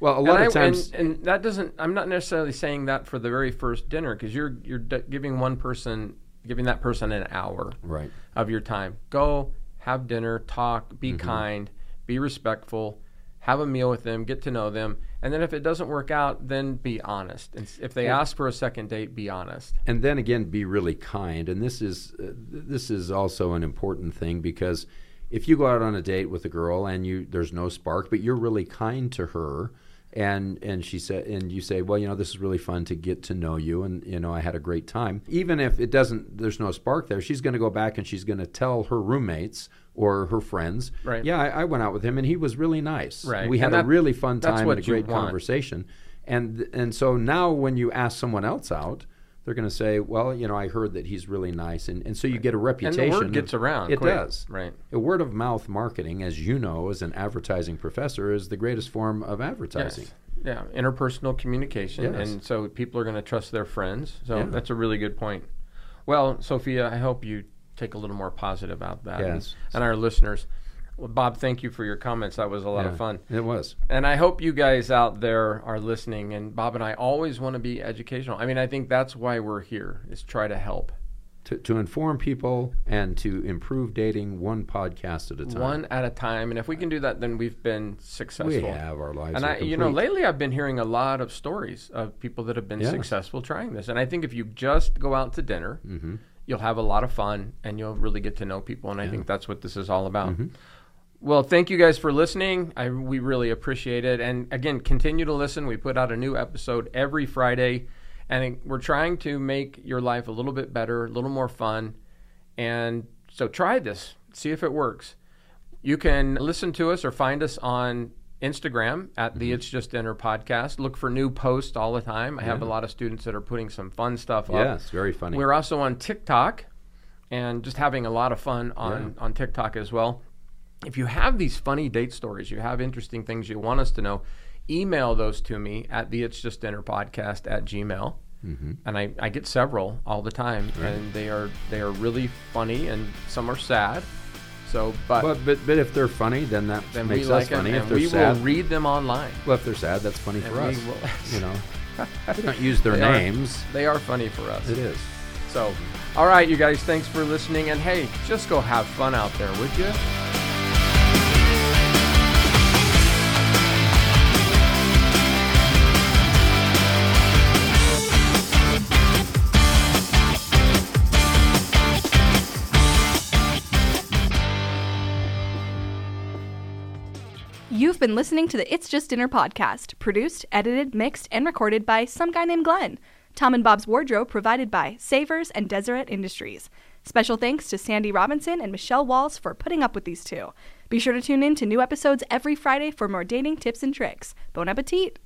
[SPEAKER 3] Well, a lot
[SPEAKER 2] and
[SPEAKER 3] of
[SPEAKER 2] I- and-
[SPEAKER 3] times,
[SPEAKER 2] and, that doesn't. I'm not necessarily saying that for the very first dinner because you're you're d- giving one person giving that person an hour
[SPEAKER 3] right?
[SPEAKER 2] of your time. Go have dinner, talk,
[SPEAKER 3] Mm-hmm.
[SPEAKER 2] be kind, be respectful, have a meal with them, get to know them, and then if it doesn't work out, then be honest. And s- if they ask for a second date, be honest.
[SPEAKER 3] and then again be really kind and this is uh, th- this is also an important thing because if you go out on a date with a girl and you there's no spark, but you're really kind to her, and and she said and you say, well, you know, this is really fun to get to know you, and you know, I had a great time. Even if it doesn't, there's no spark there. She's going to go back and she's going to tell her roommates or her friends,
[SPEAKER 2] Right.
[SPEAKER 3] Yeah, I, I went out with him and he was really nice.
[SPEAKER 2] Right.
[SPEAKER 3] We had
[SPEAKER 2] And
[SPEAKER 3] a
[SPEAKER 2] that-
[SPEAKER 3] really fun
[SPEAKER 2] that's
[SPEAKER 3] time
[SPEAKER 2] what
[SPEAKER 3] and a
[SPEAKER 2] you
[SPEAKER 3] great
[SPEAKER 2] want.
[SPEAKER 3] conversation. And and so now when you ask someone else out, they're going to say, "Well, you know, I heard that he's really nice," and and so you get a
[SPEAKER 2] And
[SPEAKER 3] reputation.
[SPEAKER 2] the word gets
[SPEAKER 3] of-
[SPEAKER 2] around.
[SPEAKER 3] It
[SPEAKER 2] quick.
[SPEAKER 3] does.
[SPEAKER 2] Right.
[SPEAKER 3] A word of mouth marketing, as you know, as an advertising professor, is the greatest form of advertising.
[SPEAKER 2] Yes. Yeah, interpersonal communication,
[SPEAKER 3] Yes.
[SPEAKER 2] and so people are going to trust their friends. So
[SPEAKER 3] Yeah.
[SPEAKER 2] that's a really good point. Well, Sophia, I hope you take a little more positive out of that, and-
[SPEAKER 3] Yes.
[SPEAKER 2] and, our listeners. Well, Bob, thank you for your comments. That was a lot
[SPEAKER 3] Yeah.
[SPEAKER 2] of fun,
[SPEAKER 3] It was.
[SPEAKER 2] and I hope you guys out there are listening. And Bob and I always want to be educational. I mean, I think that's why we're here is try to help
[SPEAKER 3] To, to inform people and to improve dating one podcast at a time.
[SPEAKER 2] one at a time, and if we can do that, then we've been successful.
[SPEAKER 3] we have our lives.
[SPEAKER 2] and
[SPEAKER 3] are
[SPEAKER 2] I, you know,
[SPEAKER 3] complete.
[SPEAKER 2] lately I've been hearing a lot of stories of people that have been
[SPEAKER 3] Yeah.
[SPEAKER 2] successful trying this. And I think if you just go out to dinner,
[SPEAKER 3] Mm-hmm.
[SPEAKER 2] you'll have a lot of fun and you'll really get to know people. And I think that's what this is all about.
[SPEAKER 3] Mm-hmm.
[SPEAKER 2] Well, thank you guys for listening. I, we really appreciate it. And again, continue to listen. We put out a new episode every Friday. And we're trying to make your life a little bit better, a little more fun. And so try this, see if it works. You can listen to us or find us on Instagram at the It's Just Dinner podcast. Look for new posts all the time. I have a lot of students that are putting some fun stuff up.
[SPEAKER 3] Yes, very funny.
[SPEAKER 2] We're also on TikTok and just having a lot of fun on, on TikTok as well. If you have these funny date stories, you have interesting things you want us to know, email those to me at the It's Just Dinner podcast at gmail.
[SPEAKER 3] Mm-hmm.
[SPEAKER 2] And I, I get several all the time, and they are they are really funny, and some are sad. So, but,
[SPEAKER 3] But, but but if they're funny, then that
[SPEAKER 2] then
[SPEAKER 3] makes
[SPEAKER 2] we like
[SPEAKER 3] us
[SPEAKER 2] them,
[SPEAKER 3] funny. if
[SPEAKER 2] and
[SPEAKER 3] they're
[SPEAKER 2] we
[SPEAKER 3] sad,
[SPEAKER 2] will read them online.
[SPEAKER 3] well, if they're sad, that's funny for
[SPEAKER 2] we
[SPEAKER 3] us.
[SPEAKER 2] will-
[SPEAKER 3] You know, we don't use their
[SPEAKER 2] They are-
[SPEAKER 3] names.
[SPEAKER 2] They are funny for us.
[SPEAKER 3] It is.
[SPEAKER 2] So, all right, you guys, thanks for listening. And hey, just go have fun out there, would you?
[SPEAKER 5] You've been listening to the It's Just Dinner podcast, produced, edited, mixed, and recorded by some guy named Glenn. Tom and Bob's wardrobe provided by Savers and Deseret Industries. Special thanks to Sandy Robinson and Michelle Walls for putting up with these two. Be sure to tune in to new episodes every Friday for more dating tips and tricks. Bon appetit!